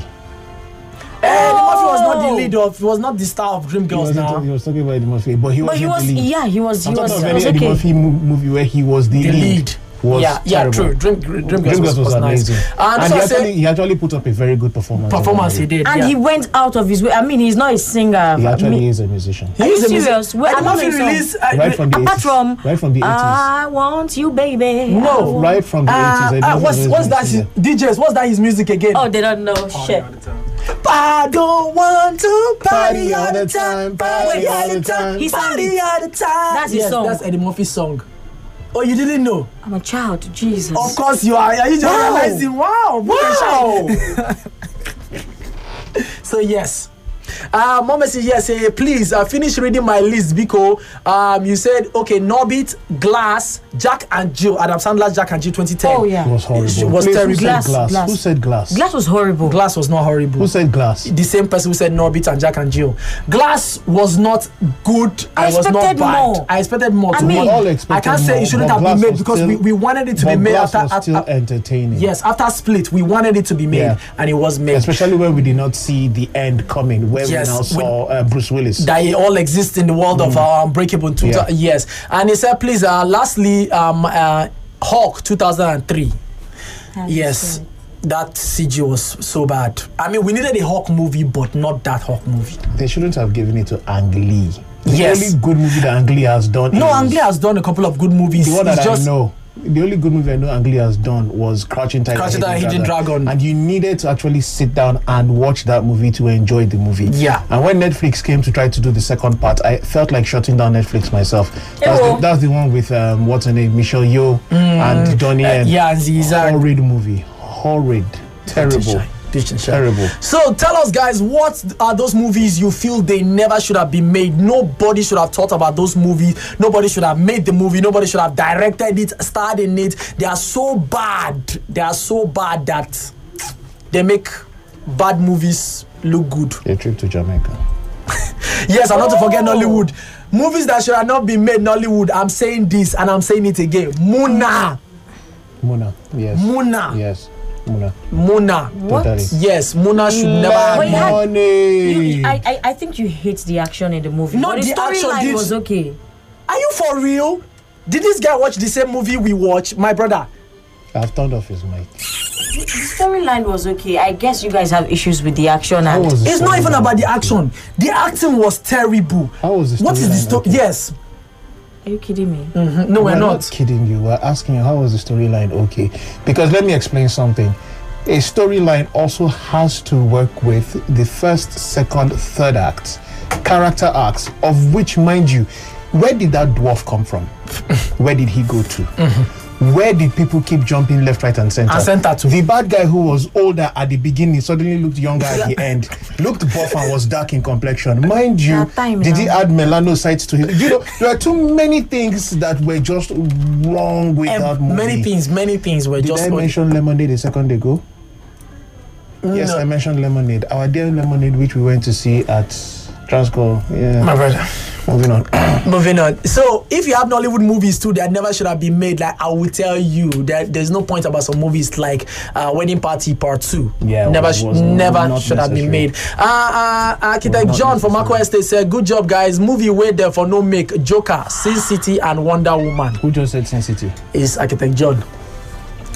S3: Eddie Murphy was not the lead of, was not the star of Dream
S6: Oh. He
S3: Girls
S6: wasn't-
S3: now.
S6: he was talking about Eddie Murphy, but he
S4: But
S6: was
S4: he
S6: the
S4: was,
S6: lead.
S4: yeah, he was, he
S6: I'm
S4: was,
S6: talking
S4: he
S6: of
S4: was
S6: any Eddie
S4: okay.
S6: Murphy mo- movie where he was the,
S3: The
S6: lead.
S3: lead.
S6: Was
S3: yeah, yeah,
S6: terrible.
S3: true. Dream, Dream, Girls,
S6: Dreamgirls was,
S3: was, nice. Uh,
S6: amazing.
S3: And,
S6: and
S3: so
S6: he,
S3: I
S6: actually,
S3: said,
S6: he actually put up a very good performance. in that
S3: performance he
S6: movie.
S3: did.
S4: And
S3: yeah.
S4: he went out of his way. I mean, he's not a singer.
S6: He
S4: I
S6: actually
S4: mean,
S6: is a musician.
S3: He
S4: Are you
S3: is a music-
S4: serious? Well,
S3: Eddie
S4: I don't
S3: Murphy
S4: think so.
S3: released. uh,
S6: Right from the
S4: apart
S6: 80s.
S4: from,
S6: right from the 80s.
S4: I want you, baby. I
S3: no.
S4: want-
S6: Right from the 80s.
S3: Oh. Uh,
S6: Eddie
S3: uh,
S6: Murphy
S3: what's
S6: was a
S3: what's that?
S6: musician.
S3: His, DJs, what's that? His music again?
S4: Oh, they don't know. Shit.
S3: I don't want to
S6: Party
S3: party
S6: all
S3: all the
S6: the
S3: time,
S6: time,
S3: party all the time,
S4: He sang
S3: party
S4: it.
S3: all the time.
S4: That's his
S3: yes,
S4: song.
S3: That's Eddie Murphy's song. Oh, you didn't know?
S4: I'm a child, Jesus.
S3: Of course you are. Are you just
S4: Wow.
S3: realizing? Wow, wow. so yes. Uh, Mom message here say, please, I finished reading my list because um, you said, okay, Norbit, Glass, Jack and Jill, Adam Sandler's Jack and Jill 2010.
S4: Oh, yeah.
S6: It was horrible.
S3: It was
S6: Please,
S3: terrible.
S6: Who said
S4: Glass,
S6: glass,
S4: glass.
S6: Who said glass?
S4: Glass was horrible.
S3: Glass was not horrible.
S6: Who said glass?
S3: the same person who said Norbit and Jack and Jill. Glass was not good. I
S4: I
S3: was not
S4: expected
S3: bad.
S4: more.
S3: I expected more.
S4: I
S3: to
S4: mean-
S3: be
S6: We all
S3: honest. I
S6: expected
S3: can't say
S6: more,
S3: it shouldn't
S6: but
S3: have been
S6: Glass
S3: made
S6: was
S3: because
S6: still-
S3: we, we wanted it to be
S6: but
S3: made
S6: glass
S3: after.
S6: was
S3: after-
S6: still entertaining.
S3: yes, after split, we wanted it to be made
S6: Yeah.
S3: and it was made.
S6: Especially when we did not see the end coming, where
S3: Yes,
S6: we now
S3: we-
S6: saw uh, Bruce Willis.
S3: that it all exists in the world of uh, Unbreakable. Two
S6: Mm. Yeah.
S3: Yes, and he said, please. Uh, lastly, um, uh, Hawk 2003. Yes, that CG was so bad. I mean, we needed a Hawk movie, but not that Hawk movie.
S6: they shouldn't have given it to Ang Lee. The
S3: Yes.
S6: only good movie that Ang Lee has done.
S3: No,
S6: is
S3: Ang Lee has done a couple of good movies.
S6: The one
S3: It's
S6: that
S3: just
S6: I know. The only good movie I know Ang Lee has done was Crouching Tiger,
S3: Crouching Tiger, Hidden Dragon.
S6: And you needed to actually sit down and watch that movie to enjoy the movie.
S3: Yeah.
S6: And when Netflix came to try to do the second part, I felt like shutting down Netflix myself. That's,
S4: Ew.
S6: the, that's the one with um, what's her name, Michelle Yeoh and Johnny.
S3: Mm. Uh,
S6: Yen.
S3: yeah, and Zizak.
S6: horrid movie, horrid, terrible. Terrible.
S3: So tell us, guys, what are those movies you feel they never should have been made? Nobody should have thought about those movies. Nobody should have made the movie. Nobody should have directed it, starred in it. They are so bad. They are so bad that they make bad movies look good.
S6: A trip to Jamaica.
S3: Yes, and not to
S6: Oh.
S3: forget Nollywood. Movies that should have not been made Nollywood. I'm saying this and I'm saying it again. Muna.
S6: Muna. Yes.
S3: Muna.
S6: Yes. Muna.
S3: Muna.
S4: What?
S6: Totally.
S3: Yes, Muna should
S6: Mm.
S3: never have
S4: Wait,
S3: been.
S4: had- You-
S6: Money.
S4: I, I, I think you hate the action in the movie.
S3: No,
S4: but the,
S3: the action
S4: storyline
S3: did-
S4: was okay.
S3: Are you for real? Did this guy watch the same movie we watch? My brother.
S6: I've turned off his mic.
S4: The storyline was okay. I guess you guys have issues with the action
S6: How
S4: and
S6: was the
S3: It's not even
S6: storyline?
S3: about the action. The acting was terrible.
S6: How was the
S3: What is the
S6: storyline
S3: story?
S6: okay?
S3: Yes.
S4: Are you kidding me?
S3: Mhm. No, we're,
S6: We're
S3: not.
S6: not kidding you. We're asking you how was the storyline okay? Because let me explain something. A storyline also has to work with the first, second, third acts, character arcs, of which, mind you, where did that dwarf come from? where did he go to? Where did people keep jumping left, right, and center?
S3: Mm-hmm. And center too.
S6: The bad guy who was older at the beginning suddenly looked younger at the end, looked buff and was dark in complexion. Mind you,
S4: That time
S6: did
S4: now.
S6: he add melanocytes to his? You know, there are too many things that were just wrong with
S3: Eh,
S6: that movie.
S3: Many things, many things were
S6: Did
S3: just.
S6: I mention lemonade a second ago? Yes, I mentioned lemonade. Our dear lemonade, which we went to see at Transco.
S3: my
S6: Yeah,
S3: brother.
S6: moving on.
S3: Moving on. So, if you have Nollywood movies too that never should have been made, like I will tell you that there's no point about some movies like uh, Wedding Party Part Two.
S6: Yeah,
S3: never,
S6: was-
S3: sh-
S6: was
S3: never
S6: not
S3: should have been
S6: necessary.
S3: made. Uh, uh, Architect
S6: not
S3: John from
S6: necessary.
S3: Aqua Estate said, "Good job, guys. Movie wait there for no make Joker, Sin City, and Wonder Woman."
S6: Who just said Sin City?
S3: Is Architect John.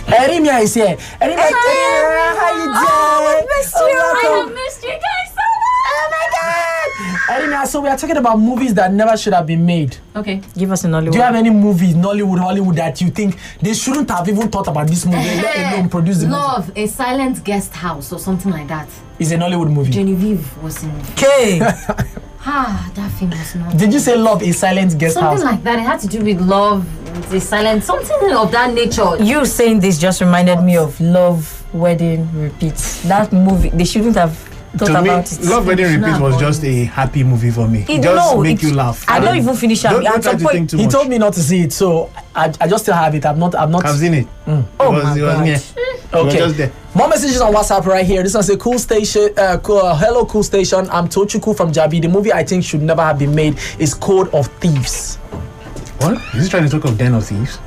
S3: Erimia is here. Erimia, Erimia, how you doing? Oh, welcome.
S4: missed you guys so much.
S3: Erimia, so we are talking about movies that never should have been made.
S7: Okay.
S4: Give us an Hollywood.
S3: Do you have any movies, Nollywood, Hollywood, that you think they shouldn't have even thought about this movie, let alone produce the movie?
S7: Eh, Love, a silent guest house or something like that.
S3: It's a Nollywood movie.
S7: Genevieve was in.
S4: okay.
S7: Ah, that film was not.
S3: Did you say Love is Silent Guest House?
S7: Something like that. It had to do with love, the silent, something of that nature.
S4: you saying this just reminded me of Love Wedding Repeats. That movie, they shouldn't have thought
S6: to me,
S4: about it.
S6: Love Wedding
S7: It's
S6: Repeats
S7: not
S6: was
S7: boring.
S6: just a happy movie for me.
S4: It-
S6: just
S4: no,
S6: make
S4: it's-
S6: you laugh.
S4: I don't
S6: And
S4: even finish it.
S6: Don't,
S4: At
S6: don't try
S4: some
S6: to
S4: point-
S6: think too
S3: He
S6: much.
S3: told me not to see it, so I, I just still have it. I'm not. I'm not.
S6: I've seen it.
S4: Oh
S6: it was,
S4: my
S6: it was
S4: God.
S6: near. It was
S3: Okay.
S6: just there.
S3: More messages on WhatsApp right here. This one says, "Cool Station, uh, cool, uh, hello, Cool Station. I'm Tochuku from Jabi. The movie I think should never have been made is Code of Thieves.
S6: What? Is he trying to talk of Den of Thieves?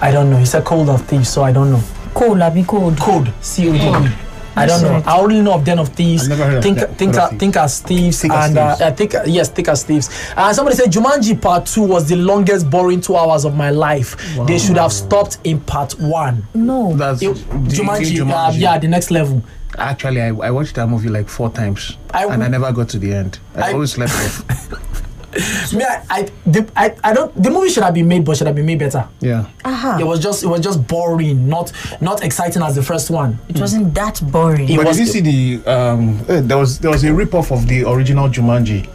S3: I don't know. He said Code of Thieves, so I don't know.
S4: cold, I'll be cold.
S3: Code, C O D. E. I don't know. I only know of Den of Thieves.
S6: I've never heard of
S3: think,
S6: Den-
S3: think,
S6: Den of
S3: uh,
S6: Thieves.
S3: think as thieves,
S6: Think as
S3: and uh,
S6: Thieves.
S3: I think yes, think as thieves. Uh, somebody said Jumanji Part Two was the longest boring two hours of my life. They should have stopped in Part One.
S4: No.
S6: That's
S3: You- Jumanji, uh, yeah, the next level.
S6: Actually, I, I watched that movie like four times,
S3: I
S6: and I
S3: would-
S6: never got to the end. I,
S3: I-
S6: always slept off.
S3: Me, I, I, the, I, I don't. The movie should have been made, but should have been made better.
S6: Yeah.
S4: Aha.
S3: It was just, it was just boring, not, not exciting as the first one.
S4: It wasn't that boring.
S3: It
S6: But
S3: was-
S6: did you see the um? eh, there was there was a rip off of the original Jumanji.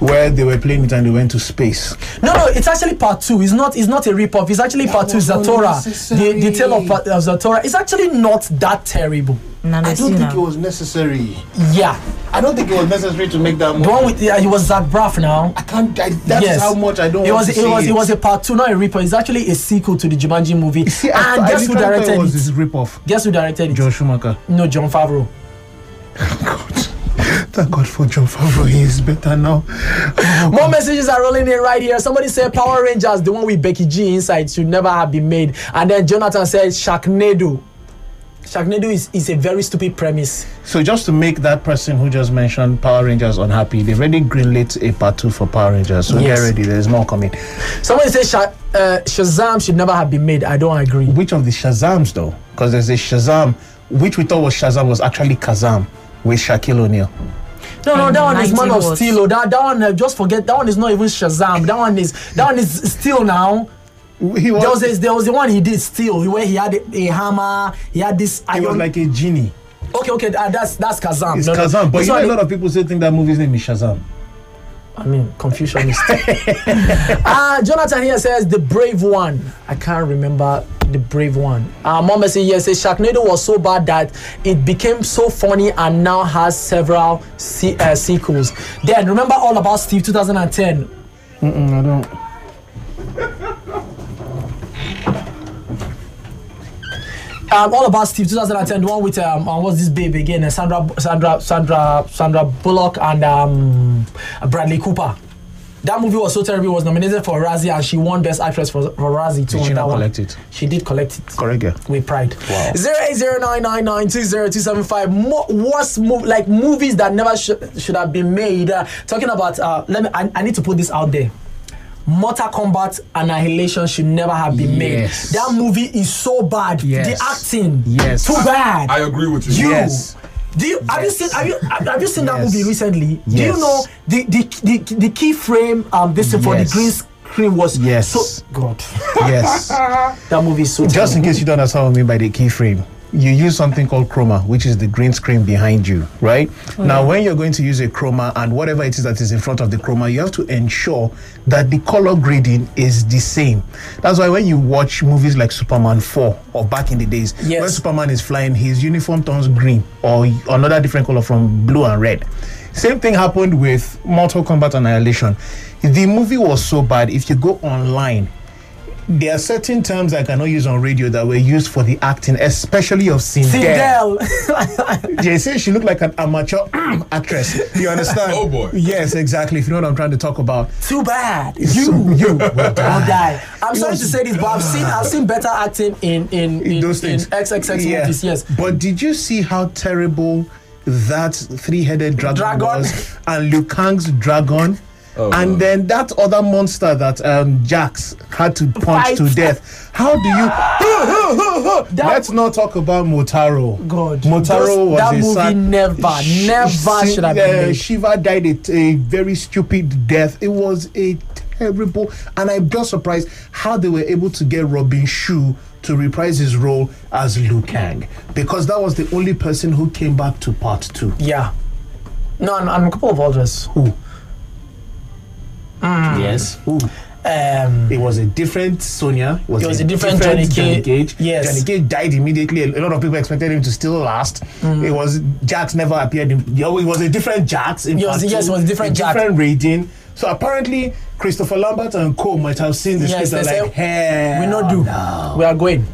S6: where they were playing it and they went to space.
S3: No, no, it's actually part two. It's not. It's not a rip off. It's actually part two. Zatora, the, the tale of, part- of Zatora. It's actually not that terrible.
S4: Now
S8: I
S4: they
S8: don't
S4: see
S8: think it
S4: now.
S8: was necessary.
S3: Yeah,
S8: I don't think it was necessary to make that
S3: the
S8: movie.
S3: one with yeah, it was Zach Braff now.
S8: I can't. I, that's
S3: yes.
S8: how much I don't.
S3: It
S8: want
S3: was.
S8: to
S3: it
S8: see
S3: was. It was a part two, not a rip off. It's actually a sequel to the Jumanji movie.
S6: See, I-
S3: and
S6: I
S3: Ah, guess who
S6: literally thought
S3: directed
S6: it
S3: it?
S6: was this rip-off.
S3: Guess who directed it?
S6: Joe Schumacher.
S3: No, John Favreau.
S6: Thank God for John Favreau. He is better now.
S3: More messages are rolling in right here. Somebody said Power Rangers, the one with Becky G inside, should never have been made. And then Jonathan said Sharknado. Sharknado is, is a very stupid premise.
S6: So just to make that person who just mentioned Power Rangers unhappy, they've already greenlit a part two for Power Rangers. So
S3: Yes.
S6: get ready, there's more coming.
S3: Somebody said Sha- uh, Shazam should never have been made. I don't agree.
S6: Which of the Shazams though? Because there's a Shazam, which we thought was Shazam was actually Kazam with Shaquille O'Neal.
S3: No, no, that one is
S4: Mighty
S3: Man of
S4: Gods.
S3: Steel. oh. That, that one, uh, just forget. That one is not even Shazam. That one is that one is Steel now.
S6: He was,
S3: There was, a, there was the one he did Steel, where he had a, a hammer. He had this
S6: he was
S3: iron.
S6: like a genie.
S3: okay, okay, uh, that's that's Kazam.
S6: It's
S3: No, no.
S6: Kazam, but
S3: This
S6: you know
S3: one-
S6: a lot of people still think that movie's name is Shazam.
S3: I mean, Confucianist. uh, Jonathan here says the brave one. I can't remember the brave one. Uh, Mom message here says Sharknado was so bad that it became so funny and now has several se- uh, sequels. Then remember all about Steve 2010.
S6: I don't.
S3: Um, all about Steve 2010, the one with um, uh, what's this babe again? Uh, Sandra, Sandra, Sandra, Sandra Bullock and um, Bradley Cooper. That movie was so terrible. It was nominated for a Razzie and she won Best Actress for, for Razzie too.
S6: Did she
S3: on that
S6: not
S3: one.
S6: collect it?
S3: She did collect it.
S6: Correct, yeah.
S3: with pride.
S6: Wow.
S3: Zero eight zero nine nine nine two zero two seven five. Mo- worst move like movies that never should should have been made. Uh, talking about uh, let me. I, I need to put this out there. Mortal Kombat Annihilation should never have been
S6: Yes.
S3: made. That movie is so bad.
S6: Yes.
S3: The acting,
S6: Yes.
S3: too bad.
S9: I agree with you.
S3: you.
S6: Yes.
S3: Do you, have you seen have you have have you seen that
S6: Yes.
S3: movie recently? Do you
S6: Yes.
S3: know the the the, the keyframe um this thing for the
S6: Yes.
S3: green screen was
S6: Yes.
S3: so God
S6: Yes.
S3: that movie is so
S6: Just in
S3: terrible.
S6: case you don't understand what I mean by the keyframe, you use something called chroma, which is the green screen behind you, right? Now, when you're going to use a chroma and whatever it is that is in front of the chroma, you have to ensure that the color grading is the same. That's why when you watch movies like Superman 4 or back in the days,
S3: Yes.
S6: when Superman is flying, his uniform turns green or another different color from blue and red. Same thing happened with Mortal Kombat Annihilation. The movie was so bad. If you go online, there are certain terms I cannot use on radio that were used for the acting, especially of Sindel.
S3: Fidel.
S6: They say she looked like an amateur actress. You understand?
S9: Oh, boy.
S6: Yes, exactly. If you know what I'm trying to talk about.
S3: too bad.
S6: You, you will
S3: I'll
S6: die.
S3: die. I'm sorry to say this, but I've seen I've seen better acting in in in, in,
S6: Those things.
S3: XXX
S6: Yeah.
S3: movies. Yes.
S6: But did you see how terrible that three-headed dragon,
S3: Dragon.
S6: was and Liu Kang's dragon?
S9: Oh,
S6: and
S9: God.
S6: then that other monster that um, Jax had to punch
S3: Fight.
S6: to death. How do you? Let's not talk about Motaro.
S3: God. Those-
S6: Motaro was
S3: that
S6: a
S3: movie
S6: sad-
S3: never,
S6: Sh-
S3: never
S6: Sh-
S3: should have been made.
S6: Shiva died a, a very stupid death. It was a terrible, and I'm just surprised how they were able to get Robin Shu to reprise his role as Liu Kang because that was the only person who came back to part two.
S3: Yeah. No, and, and a couple of others.
S6: Who? Yes. Who?
S3: Um,
S6: It was a different Sonia.
S3: It was a different Johnny Cage.
S6: Cage.
S3: Yes.
S6: Johnny Cage died immediately. A lot of people expected him to still last.
S3: Mm.
S6: It was Jax never appeared. In, yo, it was a different Jax. In
S3: It was-
S6: part
S3: yes,
S6: two,
S3: it was a different Jax.
S6: Different rating. So apparently, Christopher Lambert and Co might have seen the
S3: Yes,
S6: script and
S3: they
S6: like,
S3: say,
S6: hey,
S3: we not do. We are going.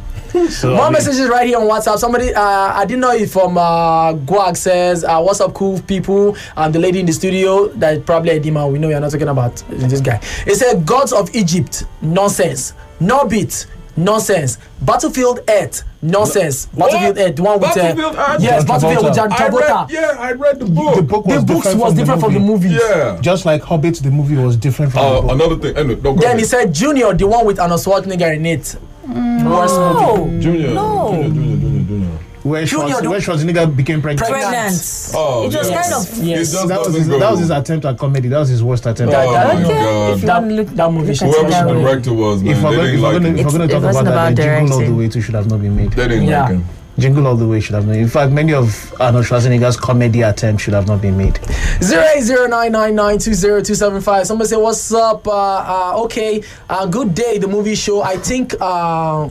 S6: So,
S3: More
S6: I mean,
S3: messages right here on WhatsApp. Somebody, uh, I didn't know if from uh, Guag says, uh, "What's up, cool people?" And the lady in the studio that probably Edima. We know you're not talking about this guy. It said, "Gods of Egypt, nonsense. Norbit, nonsense. Battlefield Earth, nonsense. Battlefield Earth, the one with uh,
S9: Battlefield Earth?
S3: yes,
S6: John
S3: Battlefield with John
S6: Travolta.
S9: I read,
S3: Travolta.
S9: yeah, I read the book.
S6: The book
S3: the
S6: was
S3: books
S6: different
S3: was different from the movies.
S9: Yeah.
S6: Just like Hobbit, the movie was different from the
S9: Uh,
S6: book.
S9: another thing. eh, no, no, go
S3: Then he
S9: ahead.
S3: said, "Junior, the one with Arnold Schwarzenegger in it."
S4: Mm.
S3: Worst
S4: Oh.
S3: movie.
S9: Junior, Junior, Junior, Junior, Junior.
S6: where,
S3: Junior,
S6: Schwarz-
S3: the-
S6: where Schwarzenegger became pregnant.
S3: Pregnant.
S4: Pregnant.
S9: Oh,
S4: it was
S9: yes.
S4: kind
S3: Yes.
S4: of
S9: It just
S6: That was,
S9: doesn't
S6: his,
S9: go.
S6: that was his attempt at comedy. That was his worst attempt.
S3: That- that-
S9: Oh my
S3: Okay.
S9: God.
S3: That- that movie
S7: look
S3: should
S7: at
S3: be
S7: it
S9: Whoever
S7: that
S9: the
S7: way.
S9: director was, man,
S6: If we're
S9: they
S6: going,
S9: didn't
S6: if we're
S9: like
S6: going, if we're going
S9: him.
S6: to
S7: It's-
S6: talk
S7: it wasn't
S6: about that, then
S7: about
S6: Jingle All the
S7: directing.
S6: Way Too should have not been made.
S9: They didn't
S3: Yeah.
S9: like him.
S6: Jingle All the Way should have been. In fact, many of Arnold Schwarzenegger's comedy attempts should have not been made.
S3: Zero eight zero nine nine nine two zero two seven five. Somebody say, "What's up?" Uh, uh, okay, uh, good day. The movie show. I think uh,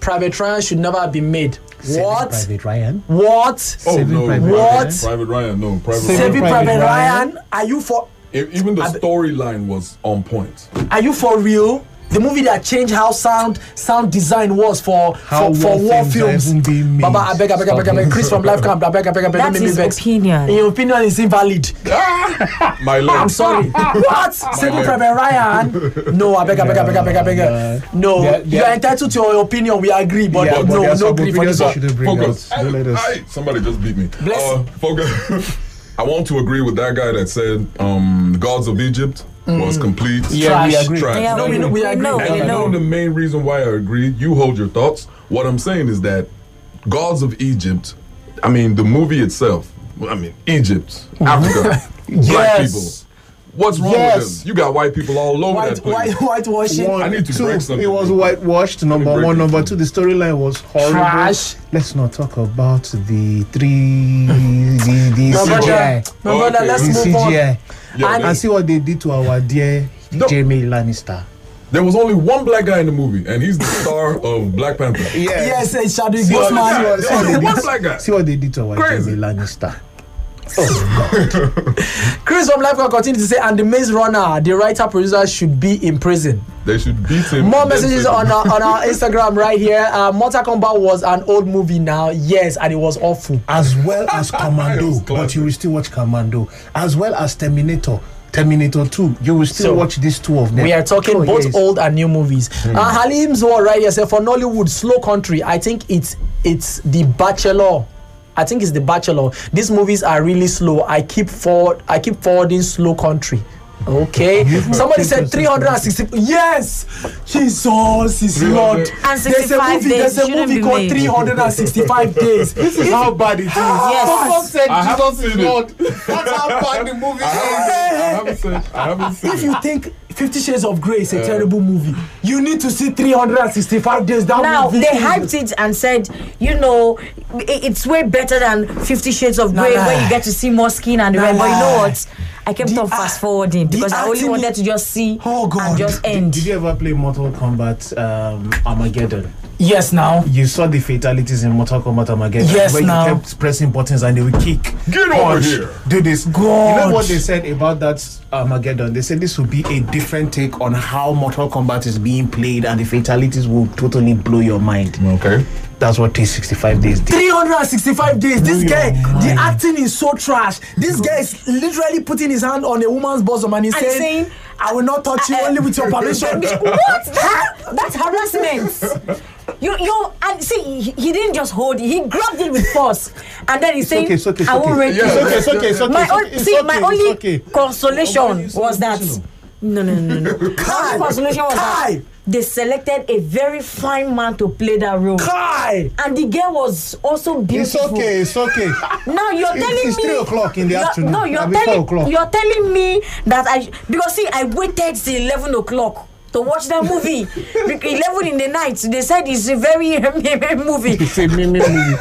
S3: Private Ryan should never have been made.
S6: Saving
S3: what?
S6: Private Ryan.
S3: What?
S9: Oh
S6: Saving
S9: no,
S6: Private
S3: What?
S9: Ryan. Private Ryan, no, Private
S3: Saving
S9: Ryan.
S3: Private,
S6: Private
S3: Ryan.
S6: Ryan?
S3: Are you for?
S9: E- Even the storyline was on point.
S3: Are you for real? The movie that changed how sound sound design was for
S6: How
S3: for, for
S6: war
S3: war
S6: films
S3: films.
S6: are even being made.
S3: Baba, I beg, I beg, I beg, I beg.
S6: Stop
S3: Chris
S6: it.
S3: from Life Camp, I beg, I beg, I beg. Don't
S4: That's
S3: make me
S4: his
S3: vex.
S4: opinion.
S3: In your opinion, it's invalid.
S9: My leg.
S3: I'm sorry. what? Saving
S9: bad.
S3: Private Ryan? No, I beg, I beg, I beg, I beg, I beg. No,
S6: Yeah,
S3: you
S6: yeah.
S3: are entitled to your opinion. We agree, but
S6: Yeah, but
S3: no,
S6: there are
S3: no
S6: some
S3: grief on this
S6: opinions that
S3: one.
S6: shouldn't bring
S9: Focus.
S6: out. Don't let us-
S9: Hey, somebody just beat me.
S3: Bless
S9: Uh, focus. I want to agree with that guy that said um, Gods of Egypt was complete.
S6: Yeah, we
S3: Trash.
S6: agree.
S9: Trash.
S4: Yeah,
S3: No,
S4: we,
S3: we know-
S4: know,
S3: we
S4: we,
S3: agree.
S4: know,
S3: I
S9: And
S4: we
S9: you
S4: know.
S9: know the main reason why I agree. You hold your thoughts. What I'm saying is that Gods of Egypt. I mean, the movie itself. I mean, Egypt, Africa, black
S6: Yes.
S9: people. What's wrong with
S6: Yes.
S9: them? You got white people all over
S3: White,
S9: that
S3: white,
S9: place.
S3: whitewashing.
S9: I need to
S6: two,
S9: break something.
S6: It was whitewashed. Number
S9: break
S6: one,
S9: it.
S6: number two, the storyline was horrible.
S3: Trash.
S6: Let's not talk about the three the, the
S3: My brother,
S6: CGI.
S3: my brother,
S9: Okay.
S3: let's
S6: The
S3: move on.
S6: CGI.
S9: Yeah,
S6: and,
S9: they-
S6: and see what they did to our dear
S9: No.
S6: Jamie Lannister.
S9: There was only one black guy in the movie, and he's the star of Black Panther.
S3: Yes, it's Shadow
S9: One black guy.
S3: Guzman.
S9: There was only one black guy.
S6: See what they did to our
S9: Crazy.
S6: Jamie Lannister.
S3: Chris from Life Camp continues to say, and the Maze Runner, the writer producer should be in prison.
S9: They should beat him.
S3: More
S9: Then
S3: messages
S9: say-
S3: on our, on our Instagram right here. Uh, Mortal Kombat was an old movie now, yes, and it was awful.
S6: As well as Commando,
S9: That was
S6: but you
S9: classic.
S6: will still watch Commando. As well as Terminator, Terminator 2. You will still
S3: So,
S6: watch these two of them.
S3: We are talking
S6: Oh,
S3: both
S6: yes.
S3: old and new movies.
S8: Hmm.
S3: Uh, Halim's war right here said for Nollywood, slow country. I think it's it's The Bachelor. I think it's The Bachelor. These movies are really slow. I keep forward. I keep forwarding slow country. Okay. Somebody said 360. Yes, Jesus is Lord.
S4: 65 days
S3: There's a
S4: shouldn't
S3: movie
S4: be
S3: called
S4: made.
S3: 365 Days. Ah, This is
S8: How bad it is.
S4: Yes.
S8: said
S9: I haven't
S8: Jesus is
S9: seen it.
S8: Lord. That's how bad the movie is.
S9: I haven't seen. I haven't seen.
S3: if you think Fifty Shades of Grey is a terrible movie, you need to see 365 days. That
S4: Now
S3: movie
S4: they
S3: is-
S4: hyped it and said, you know, i- it's way better than Fifty Shades of
S3: Nah,
S4: Grey,
S3: nah.
S4: where you get to see more skin and
S3: Nah,
S4: red. But you know
S3: nah.
S4: what? I kept
S3: The
S4: on
S3: ac-
S4: fast forwarding
S3: the
S4: because I only
S3: acting-
S4: wanted to just see
S3: Oh, God.
S4: and just
S6: Did,
S4: end.
S6: did you ever play Mortal Kombat um, Armageddon?
S3: Yes, now.
S6: You saw the fatalities in Mortal Kombat Armageddon.
S3: Yes,
S6: where
S3: now.
S6: you kept pressing buttons and they would kick.
S9: Get over
S6: punch,
S9: here.
S6: Do this. You
S3: God.
S6: know what they said about that Armageddon? They said this will be a different take on how Mortal Kombat is being played and the fatalities will totally blow your mind.
S9: Okay.
S6: That's what 365 days did.
S3: 365 days. This guy,
S6: Oh God.
S3: the acting is so trash. This guy is literally putting his hand on a woman's bosom and he's
S4: And
S3: saying,
S4: saying,
S3: I will not touch you
S4: uh,
S3: only with your permission.
S4: eh, what? That, that's harassment. You, you, and see, he, he didn't just hold it; he grabbed it with force, and then he's saying,
S6: okay, it's okay, it's
S4: "I won't
S6: okay.
S4: rape
S9: Yeah,
S4: you."
S9: it's okay, it's okay, it's
S4: My own, see, my only
S6: Why are
S4: consolation
S6: you so
S4: was that.
S6: emotional?
S4: No, no, no, no. no. My
S3: Kai,
S4: only consolation was
S3: Kai.
S4: that they selected a very fine man to play that role.
S3: Kai!
S4: And the girl was also
S6: It's
S4: beautiful.
S6: okay, it's okay.
S4: Now you're
S6: It's-
S4: telling
S6: it's
S4: me
S6: three o'clock in the
S4: you're-
S6: afternoon.
S4: No, you're
S6: That'll be four
S4: telling
S6: o'clock.
S4: you're telling me that I because see I waited till eleven o'clock to watch that movie. Bec- eleven in the night. They said it's a very movie.
S6: It's a meme movie.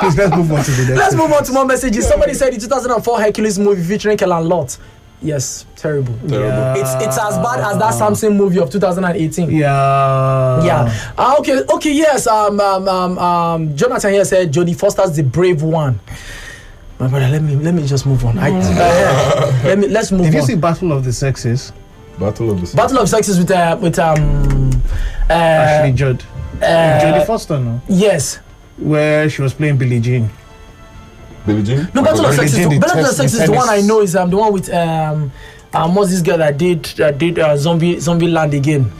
S6: Please let's move on to the next.
S3: Let's move
S6: one.
S3: on to more messages. Somebody said the 2004 Hercules movie featuring Kellan Lot. Yes, terrible.
S9: Terrible.
S3: It's, it's as bad as
S6: Ah.
S3: that Samson movie of 2018.
S6: Yeah.
S3: Yeah. Ah, okay. Okay. Yes. Um. Um. Um. um Jonathan here said Jodie Foster's the brave one. My brother, let me let me just move on. I, uh, let me let's move
S6: Did Mm. you
S3: on.
S6: see Battle of the Sexes?
S9: Battle of the.
S3: Battle of Sexes with uh, with um. Uh,
S6: Ashley Judd.
S3: uh,
S6: Jodie Foster, no?
S3: yes.
S6: Where she was playing Billie Jean.
S9: Billie Jean.
S3: No, Battle of
S6: Billie
S3: Sexes.
S6: Jean, the
S3: Battle of
S6: tennis-
S3: Sexes
S6: the
S3: is the one I
S6: tennis.
S3: know is um the one with um. Um, what's this girl that did that did uh, zombie zombie land again?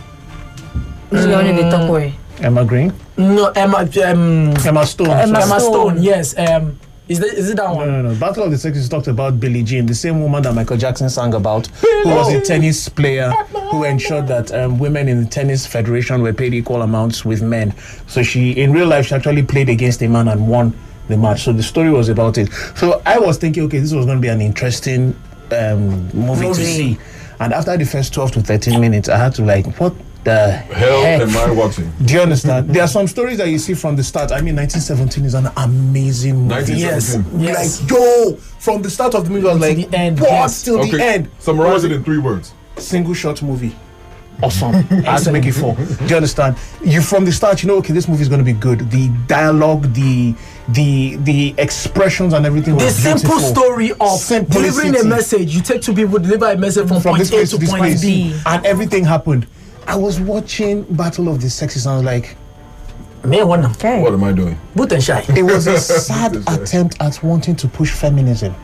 S4: the top way.
S6: Emma Green.
S3: No, Emma um,
S6: Emma Stone.
S3: Emma, Stone.
S6: sorry.
S4: Stone.
S3: Yes. Um, is that is it that
S6: No,
S3: one?
S6: no, no. Battle of the Sexes talked about Billie Jean, the same woman that Michael Jackson sang about, who was a tennis player who ensured that um, women in the tennis federation were paid equal amounts with men. So she, in real life, she actually played against a man and won the match. So the story was about it. So I was thinking, okay, this was going to be an interesting um, movie to see. And after the first 12 to 13 minutes, I had to like, what the
S9: Hell
S6: heck?
S9: am I watching?
S6: Do you understand? There are some stories that you see from the start. I mean, 1917 is an amazing movie.
S9: 1917.
S3: Yes.
S6: Like, yo, from the start of the movie, I was
S3: Till
S6: like,
S3: the end,
S6: what?
S3: yes.
S6: Till the end.
S9: Summarize it in three words.
S6: Single shot movie. Awesome. I had to make it four. Do you understand? You from the start, you know, okay, this movie is going to be good. The dialogue, the the the expressions, and everything.
S3: The
S6: was
S3: simple
S6: beautiful.
S3: story of
S6: Simplicity.
S3: delivering a message. You take two people, deliver a message from,
S6: from
S3: point
S6: this
S3: A
S6: place to
S3: to
S6: this
S3: point
S6: place,
S3: B.
S6: and everything happened. I was watching Battle of the Sexes, and I was like,
S3: Me one,
S9: What am I doing?
S3: boot and shy.
S6: It was a sad attempt at wanting to push feminism.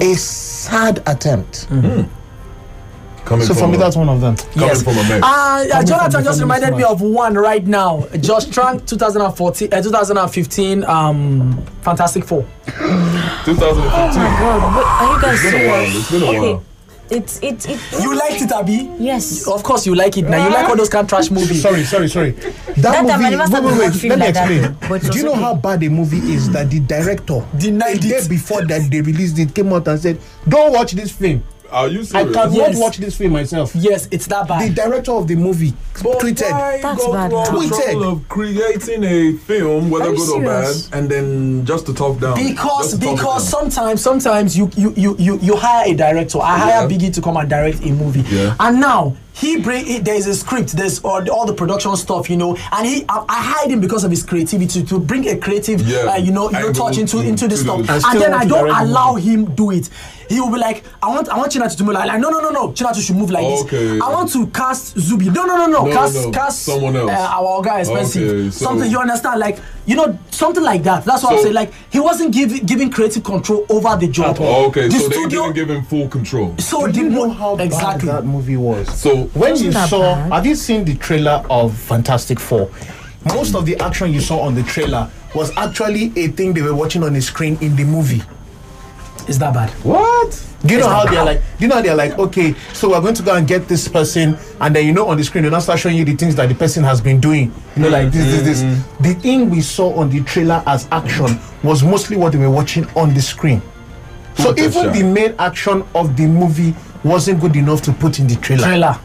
S6: A sad attempt.
S9: Coming
S6: So for
S9: from
S6: me,
S9: a-
S6: that's one of them.
S9: coming from a man.
S3: Uh, uh, Jonathan
S6: from
S3: just
S6: the
S3: reminded
S6: family
S3: me
S6: man.
S3: of one right now. Josh Trank, 2014, uh, 2015, um, Fantastic Four.
S9: 2015.
S4: God, wait, are you guys
S9: It's been a while.
S4: serious?
S9: It's been a
S4: Okay.
S9: while.
S4: It's it it
S3: You liked it, Abby?
S4: yes.
S3: Of course you like it. Now you like all those kind of trash movies.
S6: Sorry, sorry, sorry. That,
S4: time I
S6: movie.
S4: never
S6: Wait,
S4: started
S6: wait,
S4: to watch
S6: wait.
S4: film
S6: Let me
S4: like that,
S6: explain.
S4: but it's
S6: Do you know
S4: okay.
S6: how bad the movie is that the director
S3: Denied
S6: the
S3: it.
S6: day before that they released it came out and said, "Don't watch this film.
S9: Are you
S6: I
S9: serious?
S6: cannot
S3: Yes.
S6: watch this film myself."
S3: Yes, it's that
S6: The
S3: bad.
S6: director of the movie tweeted,
S4: That's bad.
S9: The trouble of creating a film, whether
S4: Are you
S9: good or bad,
S4: serious?
S9: and then just to talk down.
S3: Because
S9: just to talk
S3: because
S9: down.
S3: sometimes sometimes you you you you, you hire a director. I hire
S9: Yeah.
S3: Biggie to come and direct a movie.
S9: Yeah.
S3: And now he bring he, there is a script. There's all, all the production stuff, you know. And he I, I hired him because of his creativity to bring a creative,
S9: Yeah.
S3: uh, you know, you know,
S9: Angle
S3: touch into
S9: to-
S3: into this
S9: to
S3: stuff.
S9: the- I
S3: And,
S6: still
S3: then
S6: want
S3: I
S6: to
S3: don't
S6: direct the
S3: allow him do it. He will be like, I want I want Chinatu to move like, like, no no no no Chinatu should move like
S9: Okay.
S3: this. I want to cast Zubi. No no no no,
S9: No,
S3: cast
S9: no,
S3: cast
S9: someone else.
S3: Uh, our guy expensive.
S9: Okay, so-
S3: Something you understand like you know something like that. That's what I'm
S9: So-
S3: saying. Like he wasn't giving giving creative control over the job.
S9: Oh, Okay,
S3: the
S9: so they
S3: studio-
S9: didn't give him full control.
S3: So
S6: Oh, "Do
S3: the
S6: you know
S3: mo-
S6: how bad
S3: exactly.
S6: that movie was?"
S9: So
S6: when you
S4: that
S6: saw
S4: bad?
S6: have you seen the trailer of fantastic four most of the action you saw on the trailer was actually a thing they were watching on a screen in the movie
S3: Is that bad?
S6: what do you know how they're like do you know how they're like okay so we're going to go and get this person and then you know on the screen they'll now start showing you the things that the person has been doing you know like this this this the thing we saw on the trailer as action was mostly what they were watching on the screen so
S9: Put that
S6: even
S9: shot.
S6: the main action of the movie wasn't good enough to put in the trailer
S3: Trailer.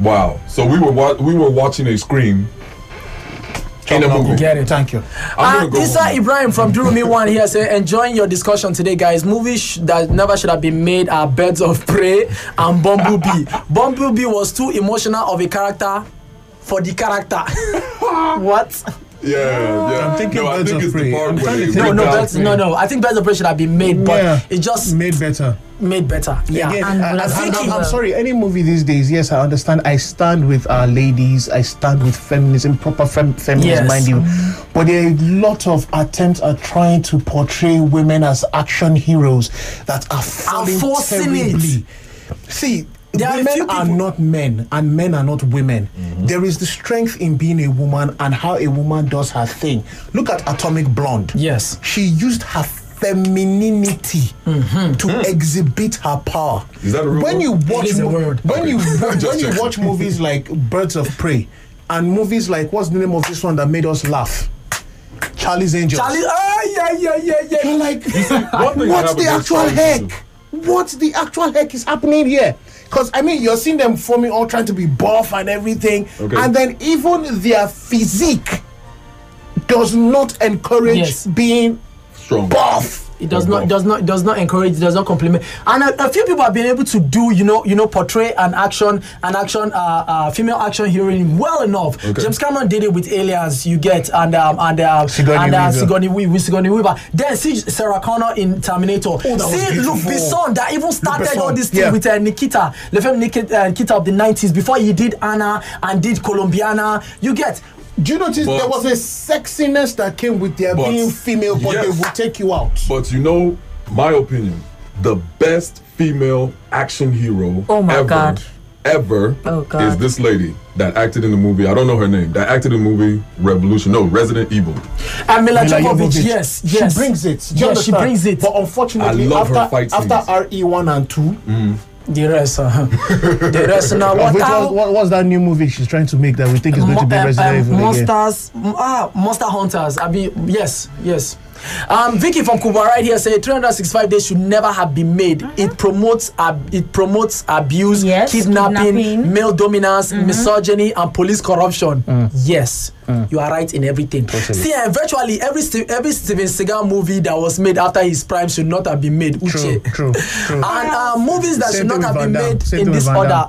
S9: wow. So we were wa- we were watching a screen. In a movie.
S3: Get it.
S6: thank you
S9: I'm gonna go
S3: Ah, Isa
S9: home.
S3: Ibrahim from Durumi One here say enjoying your discussion today, guys. Movies sh- that never should have been made are Birds of Prey and Bumblebee. Bumblebee was too emotional of a character for the character. what?
S9: Yeah, yeah.
S6: I'm thinking
S9: no, I
S6: Birds
S9: think
S6: of
S9: it's
S6: Prey.
S9: the part
S6: I'm
S9: where
S6: trying to
S9: they
S6: think.
S3: No,
S9: went
S3: no,
S9: out-
S3: that's, no, no. I think Birds of Prey should have been made, but
S6: Yeah.
S3: it just
S6: made better.
S3: made better. Yeah.
S6: Again, uh,
S7: And
S6: I,
S7: Black
S3: Panther.
S6: am sorry, any movie these days, yes, I understand. I stand with our ladies, I stand with feminism, proper fem- feminism,
S3: Yes.
S6: mind you. But there are a lot of attempts at trying to portray women as action heroes that are failing
S3: forcing it.
S6: terribly. See,
S3: There are a few
S6: women
S3: people-
S6: are,
S3: Mm-hmm.
S6: not men, and men are not women. There is the strength in being a woman and how a woman does her thing. Look at Atomic Blonde
S3: Yes.
S6: she used her femininity to exhibit her power.
S9: Mm-hmm. Hmm. Is that a real
S6: when
S9: word?
S6: you watch
S3: is a
S6: mo-
S3: word.
S6: when you when
S9: checking.
S6: you watch movies like Birds of Prey and movies like what's the name of this one that made us laugh? Charlie's Angels.
S3: Charlie, oh, yeah, yeah, yeah, yeah.
S6: You're like,
S9: one thing I
S6: what's
S9: have
S6: the
S9: against
S6: actual
S9: Charlie's
S6: heck?
S9: Angels?
S6: What's the actual heck is happening here? Because I mean, you're seeing them forming all trying to be buff and everything,
S9: Okay.
S6: and then even their physique does not encourage
S3: Yes.
S6: being
S9: strong.
S6: buff.
S3: It does
S9: Or
S3: not
S9: buff.
S3: does not does not encourage, does not compliment. And a, a few people have been able to do, you know, you know, portray an action, an action, uh, uh, female action heroine well enough.
S9: Okay.
S3: James Cameron did it with Aliens, you get, and um, and um,
S6: Sigourney
S3: and uh,
S6: Weaver.
S3: Sigourney Weaver, Sigourney Weaver. Then see Sarah Connor in Terminator.
S6: Oh, that was
S3: see Luke
S6: beautiful.
S3: Besson that even started
S6: Besson,
S3: all this thing
S6: yeah.
S3: with uh, Nikita, the film Nikita, uh, Nikita of the '90s before he did Anna and did Colombiana. You get.
S6: Do you notice
S9: But-
S6: there was a sexiness that came with their
S9: But-
S6: being female, but
S9: yes.
S6: they will take you out?
S9: But you know, my opinion, the best female action hero
S4: Oh my
S9: ever,
S4: God.
S9: ever
S4: Oh God.
S9: is this lady that acted in the movie. I don't know her name. That acted in the movie Revolution. No, Resident Evil.
S3: And Mila
S6: Mila
S3: Jovovich,
S6: Jovovich.
S3: yes, yes,
S6: She brings it. Do you
S3: Yes, she
S6: understand?
S3: brings it.
S6: But unfortunately,
S9: I love her
S6: after
S9: fight scenes.
S6: after RE one and two,
S3: The rest, uh, the rest. Now
S6: Of
S3: what?
S6: which
S3: how-
S6: one, what what's that new movie she's trying to make that we think is going to be
S3: Mo- um,
S6: Resident
S3: um,
S6: Evil again?
S3: Monsters, m- ah, Monster Hunters. I be yes, yes. Um, Vicky from Cuba right here said 365 days should never have been made. It promotes ab- it promotes abuse,
S4: Uh-huh. Yes,
S3: kidnapping,
S4: kidnapping. Mm-hmm.
S3: male dominance, misogyny, and police corruption.
S6: Mm.
S3: Yes, you are right in everything. See, and virtually every Ste- every Steven Seagal movie that was made after his prime should not have been made.
S6: True,
S3: Uche.
S6: true, true.
S3: and uh, movies that
S6: Same
S3: should not
S6: thing
S3: have
S6: with
S3: been
S6: Van Damme. Mm.
S3: made
S6: Same
S3: in
S6: thing with
S3: this
S6: Van
S3: order.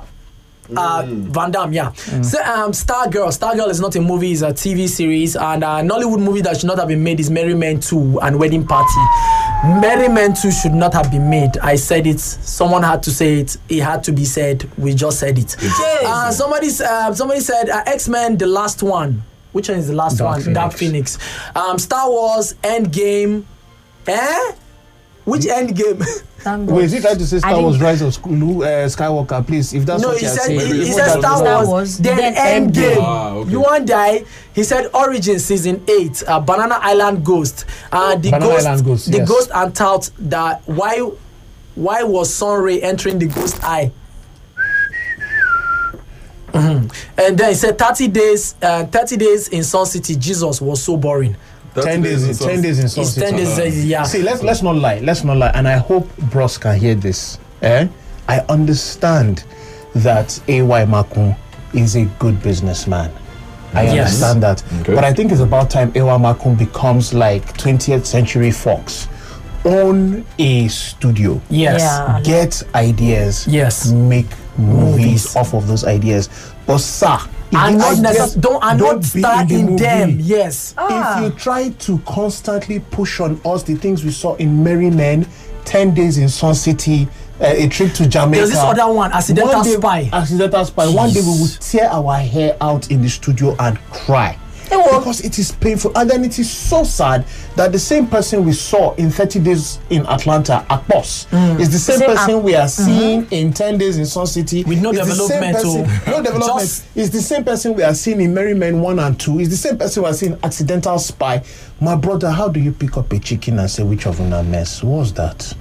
S3: Uh, Van Damme, yeah. So, um, Star Girl. Star Girl is not a movie; it's a TV series. And uh, Nollywood movie that should not have been made is Merry Men 2 and Wedding Party. Merry Men 2 should not have been made. I said it. Someone had to say it. It had to be said. We just said it. Uh, somebody, s- uh, somebody said uh, X Men: The Last One. Which one is the last
S6: Dark
S3: one? Dark Phoenix. Um, Star Wars: Endgame. Eh? Which
S6: Mm.
S3: Endgame?
S7: Thank God.
S6: Wait, is he trying to say Star
S4: didn't-
S6: Wars Rise of Sk- Lu- uh, Skywalker? Please, if that's
S3: No,
S6: what
S3: he
S6: you're
S3: said
S6: saying.
S3: he, he
S9: Maybe
S3: said
S9: Star
S3: Star Wars,
S7: Wars,
S3: then
S7: then
S3: Endgame.
S7: Endgame.
S9: Ah, okay.
S3: You won't die. He said Origin season eight, uh, Banana Island Ghost, uh, the
S6: Banana
S3: ghost,
S6: Island Ghost,
S3: the
S6: yes.
S3: ghost and tout that why why was Sunray entering the ghost eye? Mhm. And then he said thirty days, uh, thirty days in Sun City. Jesus was so boring.
S9: That's
S6: ten
S9: it,
S6: days, in
S9: it's
S6: ten
S9: us.
S6: days in Sun
S3: It's
S6: City.
S3: ten days. uh, Yeah.
S6: See, let's let's not lie. Let's not lie. And I hope Bros can hear this. Eh? I understand that AY Makun is a good businessman. I
S3: Yes.
S6: understand that.
S9: Okay.
S6: But I think it's about time AY Makun becomes like 20th century Fox. Own a studio.
S3: Yes.
S4: Yeah.
S6: Get ideas.
S3: Yes.
S6: Make movies,
S3: Movies.
S6: off of those ideas. But sir, if
S3: And
S6: the
S3: not
S6: ideas
S3: necess- don't and
S6: don't
S3: not
S6: be
S3: star
S6: the
S3: in them.
S6: movie,
S3: Yes.
S6: if you try to constantly push on us the things we saw in Merry Men, 10 days in Sun City, uh, a trip to Jamaica.
S3: There's this other one, Accidental
S6: One day-
S3: Spy.
S6: Accidental Spy. One day we will tear our hair out in the studio and cry. Because it is painful, and then it is so sad that the same person we saw in 30 days in Atlanta, Akpos,
S3: Mm.
S6: is the same,
S4: Same Ak-
S6: person we are
S3: Mm-hmm.
S6: seeing in 10 days in Sun City.
S3: With no
S6: It's the same
S3: development,
S6: person-
S3: oh.
S6: No development.
S3: Just
S6: It's the same person we are seeing in Merry Men 1 and 2. It's the same person we are seeing in Accidental Spy. My brother, how do you pick up a chicken and say which of una mess? What's that?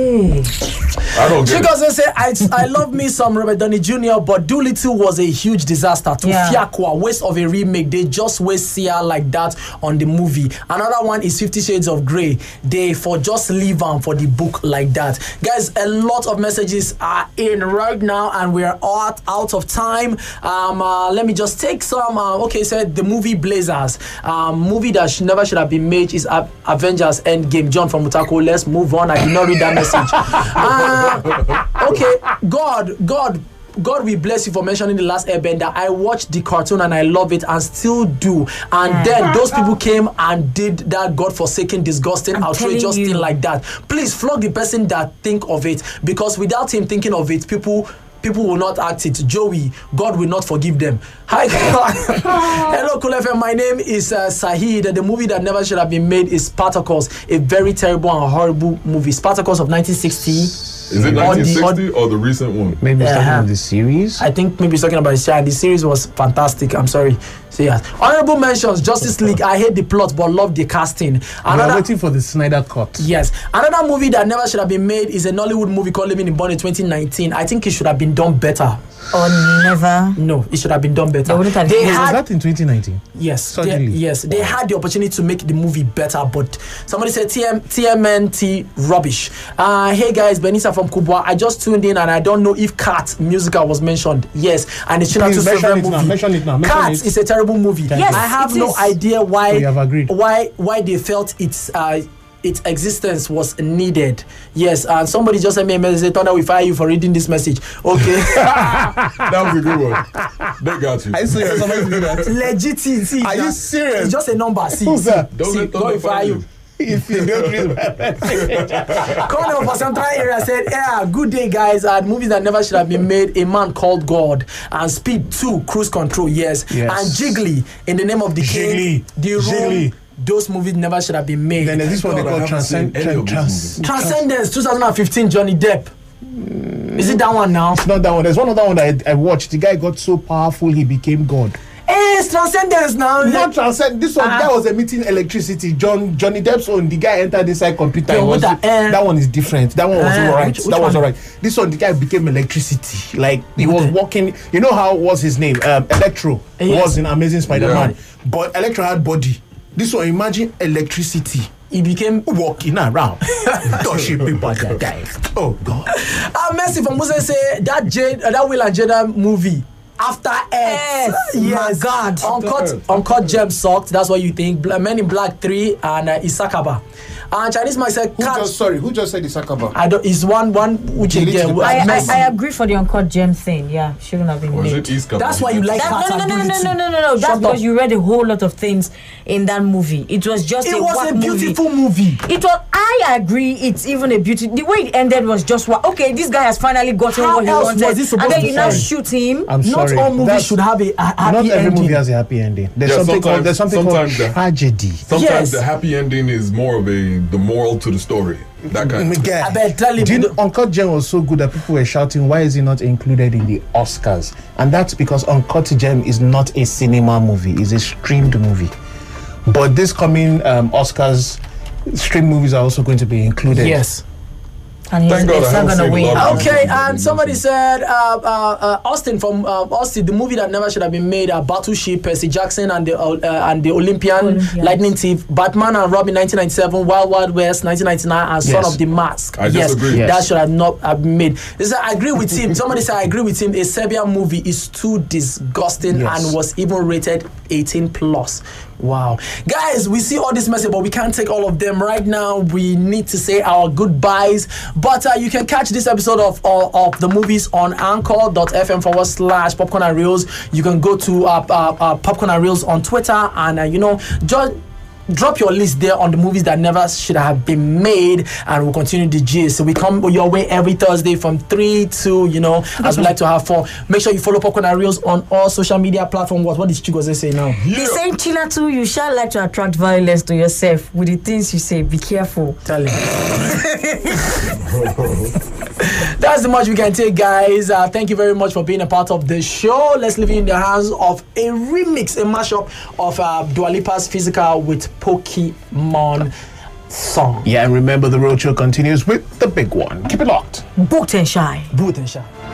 S9: I don't get it.
S3: Chigozie say, I, I love me some Robert Downey Jr., but Doolittle was a huge disaster. To
S4: Yeah.
S3: Fiakwa, waste of a remake. They just waste Sia like that on the movie. Another one is Fifty Shades of Grey. They for just leave on for the book like that. Guys, a lot of messages are in right now, and we are out, out of time. Um, uh, let me just take some. Uh, okay, said the movie Blazers. Um, movie that sh- never should have been made is Ab- Avengers Endgame. John from Utako, let's move on. I did not read that message. Uh, okay, God, God. God, we bless you for mentioning the last airbender. I watched the cartoon and I love it and still do. And then those people came and did that godforsaken, disgusting, outrageous
S4: telling
S3: thing
S4: you.
S3: like that. Please flog the person that think of it because without him thinking of it, people people will not act it. Joey, God will not forgive them. Hi, hello, Cool FM. My name is uh, Sahid. The movie that never should have been made is Spartacus, a very terrible and horrible movie. Spartacus of 1960.
S9: Is it
S3: the-
S9: 1960 or the recent one?
S6: Maybe it's
S3: Uh-huh.
S6: talking of the series?
S3: I think maybe he's talking about his show, and the series was fantastic. I'm sorry. So yes. Honorable mentions, Justice League. I hate the plot but love the casting.
S6: we are
S3: Another
S6: waiting for the Snyder Cut.
S3: Yes. Another movie that never should have been made is a Nollywood movie called Living in Bonnie 2019. I think it should have been done better.
S4: Or never.
S3: No, it should have been done better.
S4: They wouldn't have-
S3: They
S4: Was
S6: Was
S3: had
S6: that in 2019?
S3: yes, they,
S6: Suddenly.
S3: yes, they had the opportunity to make the movie better, but somebody said TM, TMNT rubbish. Uh, hey guys, Benisa from Kubwa. I just tuned in and I don't know if Cat musical was mentioned. Yes, and it's Chinatu
S6: Please mention
S3: favorite
S6: it now,
S3: movie.
S6: mention it now, mention
S3: Cat
S6: it.
S3: is a terrible movie.
S4: Yes,
S3: I have
S4: it
S3: no
S4: is.
S3: idea why
S6: We have agreed.
S3: why why they felt its uh, its existence was needed. Yes, and somebody just sent me a message. Thunder, we fire you for reading this message. Okay.
S9: That was a good one. They got you.
S6: serious? Am I doing that?
S3: legit see, see
S6: Are
S3: na-
S6: you serious?
S3: it's just a number see
S6: Who's
S3: see,
S6: that?
S9: Don't
S3: see
S9: let thunder
S3: glorify
S9: fire
S3: you
S9: you.
S6: if you don't read my
S3: Colonel for Central Area said, Yeah, good day, guys. And movies that never should have been made A Man Called God and Speed 2, Cruise Control, yes.
S6: Yes.
S3: And Jiggly, In the Name of the
S6: Jiggly.
S3: King, The Room,
S6: Jiggly.
S3: those movies never should have been made.
S6: Then there's this one they
S9: God, I
S6: call
S9: haven't
S6: transcend,
S9: seen any of
S6: tran-
S9: these
S6: trans,
S3: Transcendence 2015, Johnny Depp. Is it that one now?
S6: It's not that one. There's one other one that I, I watched. The guy got so powerful he became God.
S3: Hey, is transcendence now.
S8: not transcend this one
S3: Ah.
S8: that was emitting electricity john johnny depp's own the guy entered inside computer
S3: Yeah,
S8: he was,
S3: what the- eh.
S8: that one is different that one was
S3: Eh,
S8: alright
S3: which- which
S8: that was
S3: one?
S8: alright this one the guy became electricity like he was
S3: the- Eh,
S8: walking you know how was his name um, electro
S3: Yes.
S8: was in amazing spider-man
S9: Yeah.
S8: but electro had body this one imagine electricity
S3: he became
S8: walking around touching people that die oh god
S3: Ah, Mercy from Moses say that Jade, uh, that Will and Jada movie. After Earth,
S4: Earth, my God.
S3: Uncut, Uncut Gem sucked. That's what you think. Bla- Men in Black Three and uh, Isakaba. And Chinese man said,
S8: who
S3: "Catch."
S8: just sorry who just said this akaba
S3: I don't. It's one one which
S8: Delete
S3: again.
S8: it.
S3: uh,
S8: I-
S7: I, I,
S3: Mercy.
S7: I agree for the uncut gem thing. Yeah, shouldn't have been
S9: Was
S7: made.
S9: it East Coast?
S3: That's why you like
S4: That, no, no, no, no, no, no, no, no, no.
S3: Shut
S4: That's
S3: up.
S4: because you read a whole lot of things in that movie. It was just a
S3: It was
S4: whack
S3: a
S4: movie.
S3: beautiful movie.
S4: It was. I agree. It's even a beauty. The way it ended was just what. Okay, this guy has finally gotten
S3: How
S4: what he
S3: else
S4: wanted,
S3: was he supposed
S4: and then
S3: to
S4: you now
S3: find?
S4: shoot him.
S6: I'm
S3: Not
S6: sorry.
S3: all movies
S6: That's-
S3: should have a, a happy
S6: Not every
S3: ending.
S6: movie has a happy ending. There's
S9: Yeah,
S6: something called
S9: sometimes-
S6: there's something called
S9: sometimes the-
S6: tragedy.
S3: Yes.
S9: Sometimes the happy ending is more of a the moral to the story. That kind. of
S6: Guy.
S3: I bet tell him.
S6: Do you know, Uncut Gem was so good that people were shouting, "Why is it not included in the Oscars?" And that's because Uncut Gem is not a cinema movie; it's a streamed movie. But this coming um, Oscars, stream movies are also going to be included.
S3: yes.
S7: And he's,
S9: Thank God
S7: it's
S9: I
S7: not
S9: haven't
S7: gonna
S9: seen
S7: win.
S9: a lot of
S3: Okay,
S9: Mhm.
S3: and somebody said uh, uh, uh, Austin from uh, Austin, the movie that never should have been made, uh, Battleship, Percy Jackson and the uh, uh, and the Olympian,
S7: Olympians.
S3: Lightning Thief, Batman and Robin, 1997, Wild Wild West, 1999, and Son
S6: Yes.
S3: of the Mask.
S9: I
S3: yes,
S9: disagree.
S3: that
S6: Yes.
S3: should have not have been made. They said, I agree with him. Somebody said I agree with him. A Serbian movie is too disgusting
S6: Yes.
S3: and was even rated 18 plus. Wow, guys, we see all this message, but we can't take all of them right now. We need to say our goodbyes. But uh, you can catch this episode of of, of the movies on anchor.fm forward slash popcorn and reels. You can go to uh, uh, uh, popcorn and reels on Twitter and uh, you know, just drop your list there on the movies that never should have been made and we'll continue the gist so we come your way every thursday from 3 to you know as we like to have fun make sure you follow popcorn and reels on all social media platforms what, what did chigoze say now
S4: He's saying, Chila too, you shall like to attract violence to yourself with the things you say. Be careful.
S3: tell him that's the much we can take guys uh, thank you very much for being a part of the show let's leave you in the hands of a remix a mashup of uh, Dua Lipa's physical with pokemon song
S6: Yeah, and remember the roadshow continues with the big one. Keep it locked.
S4: Booked and shy.
S3: boot and shout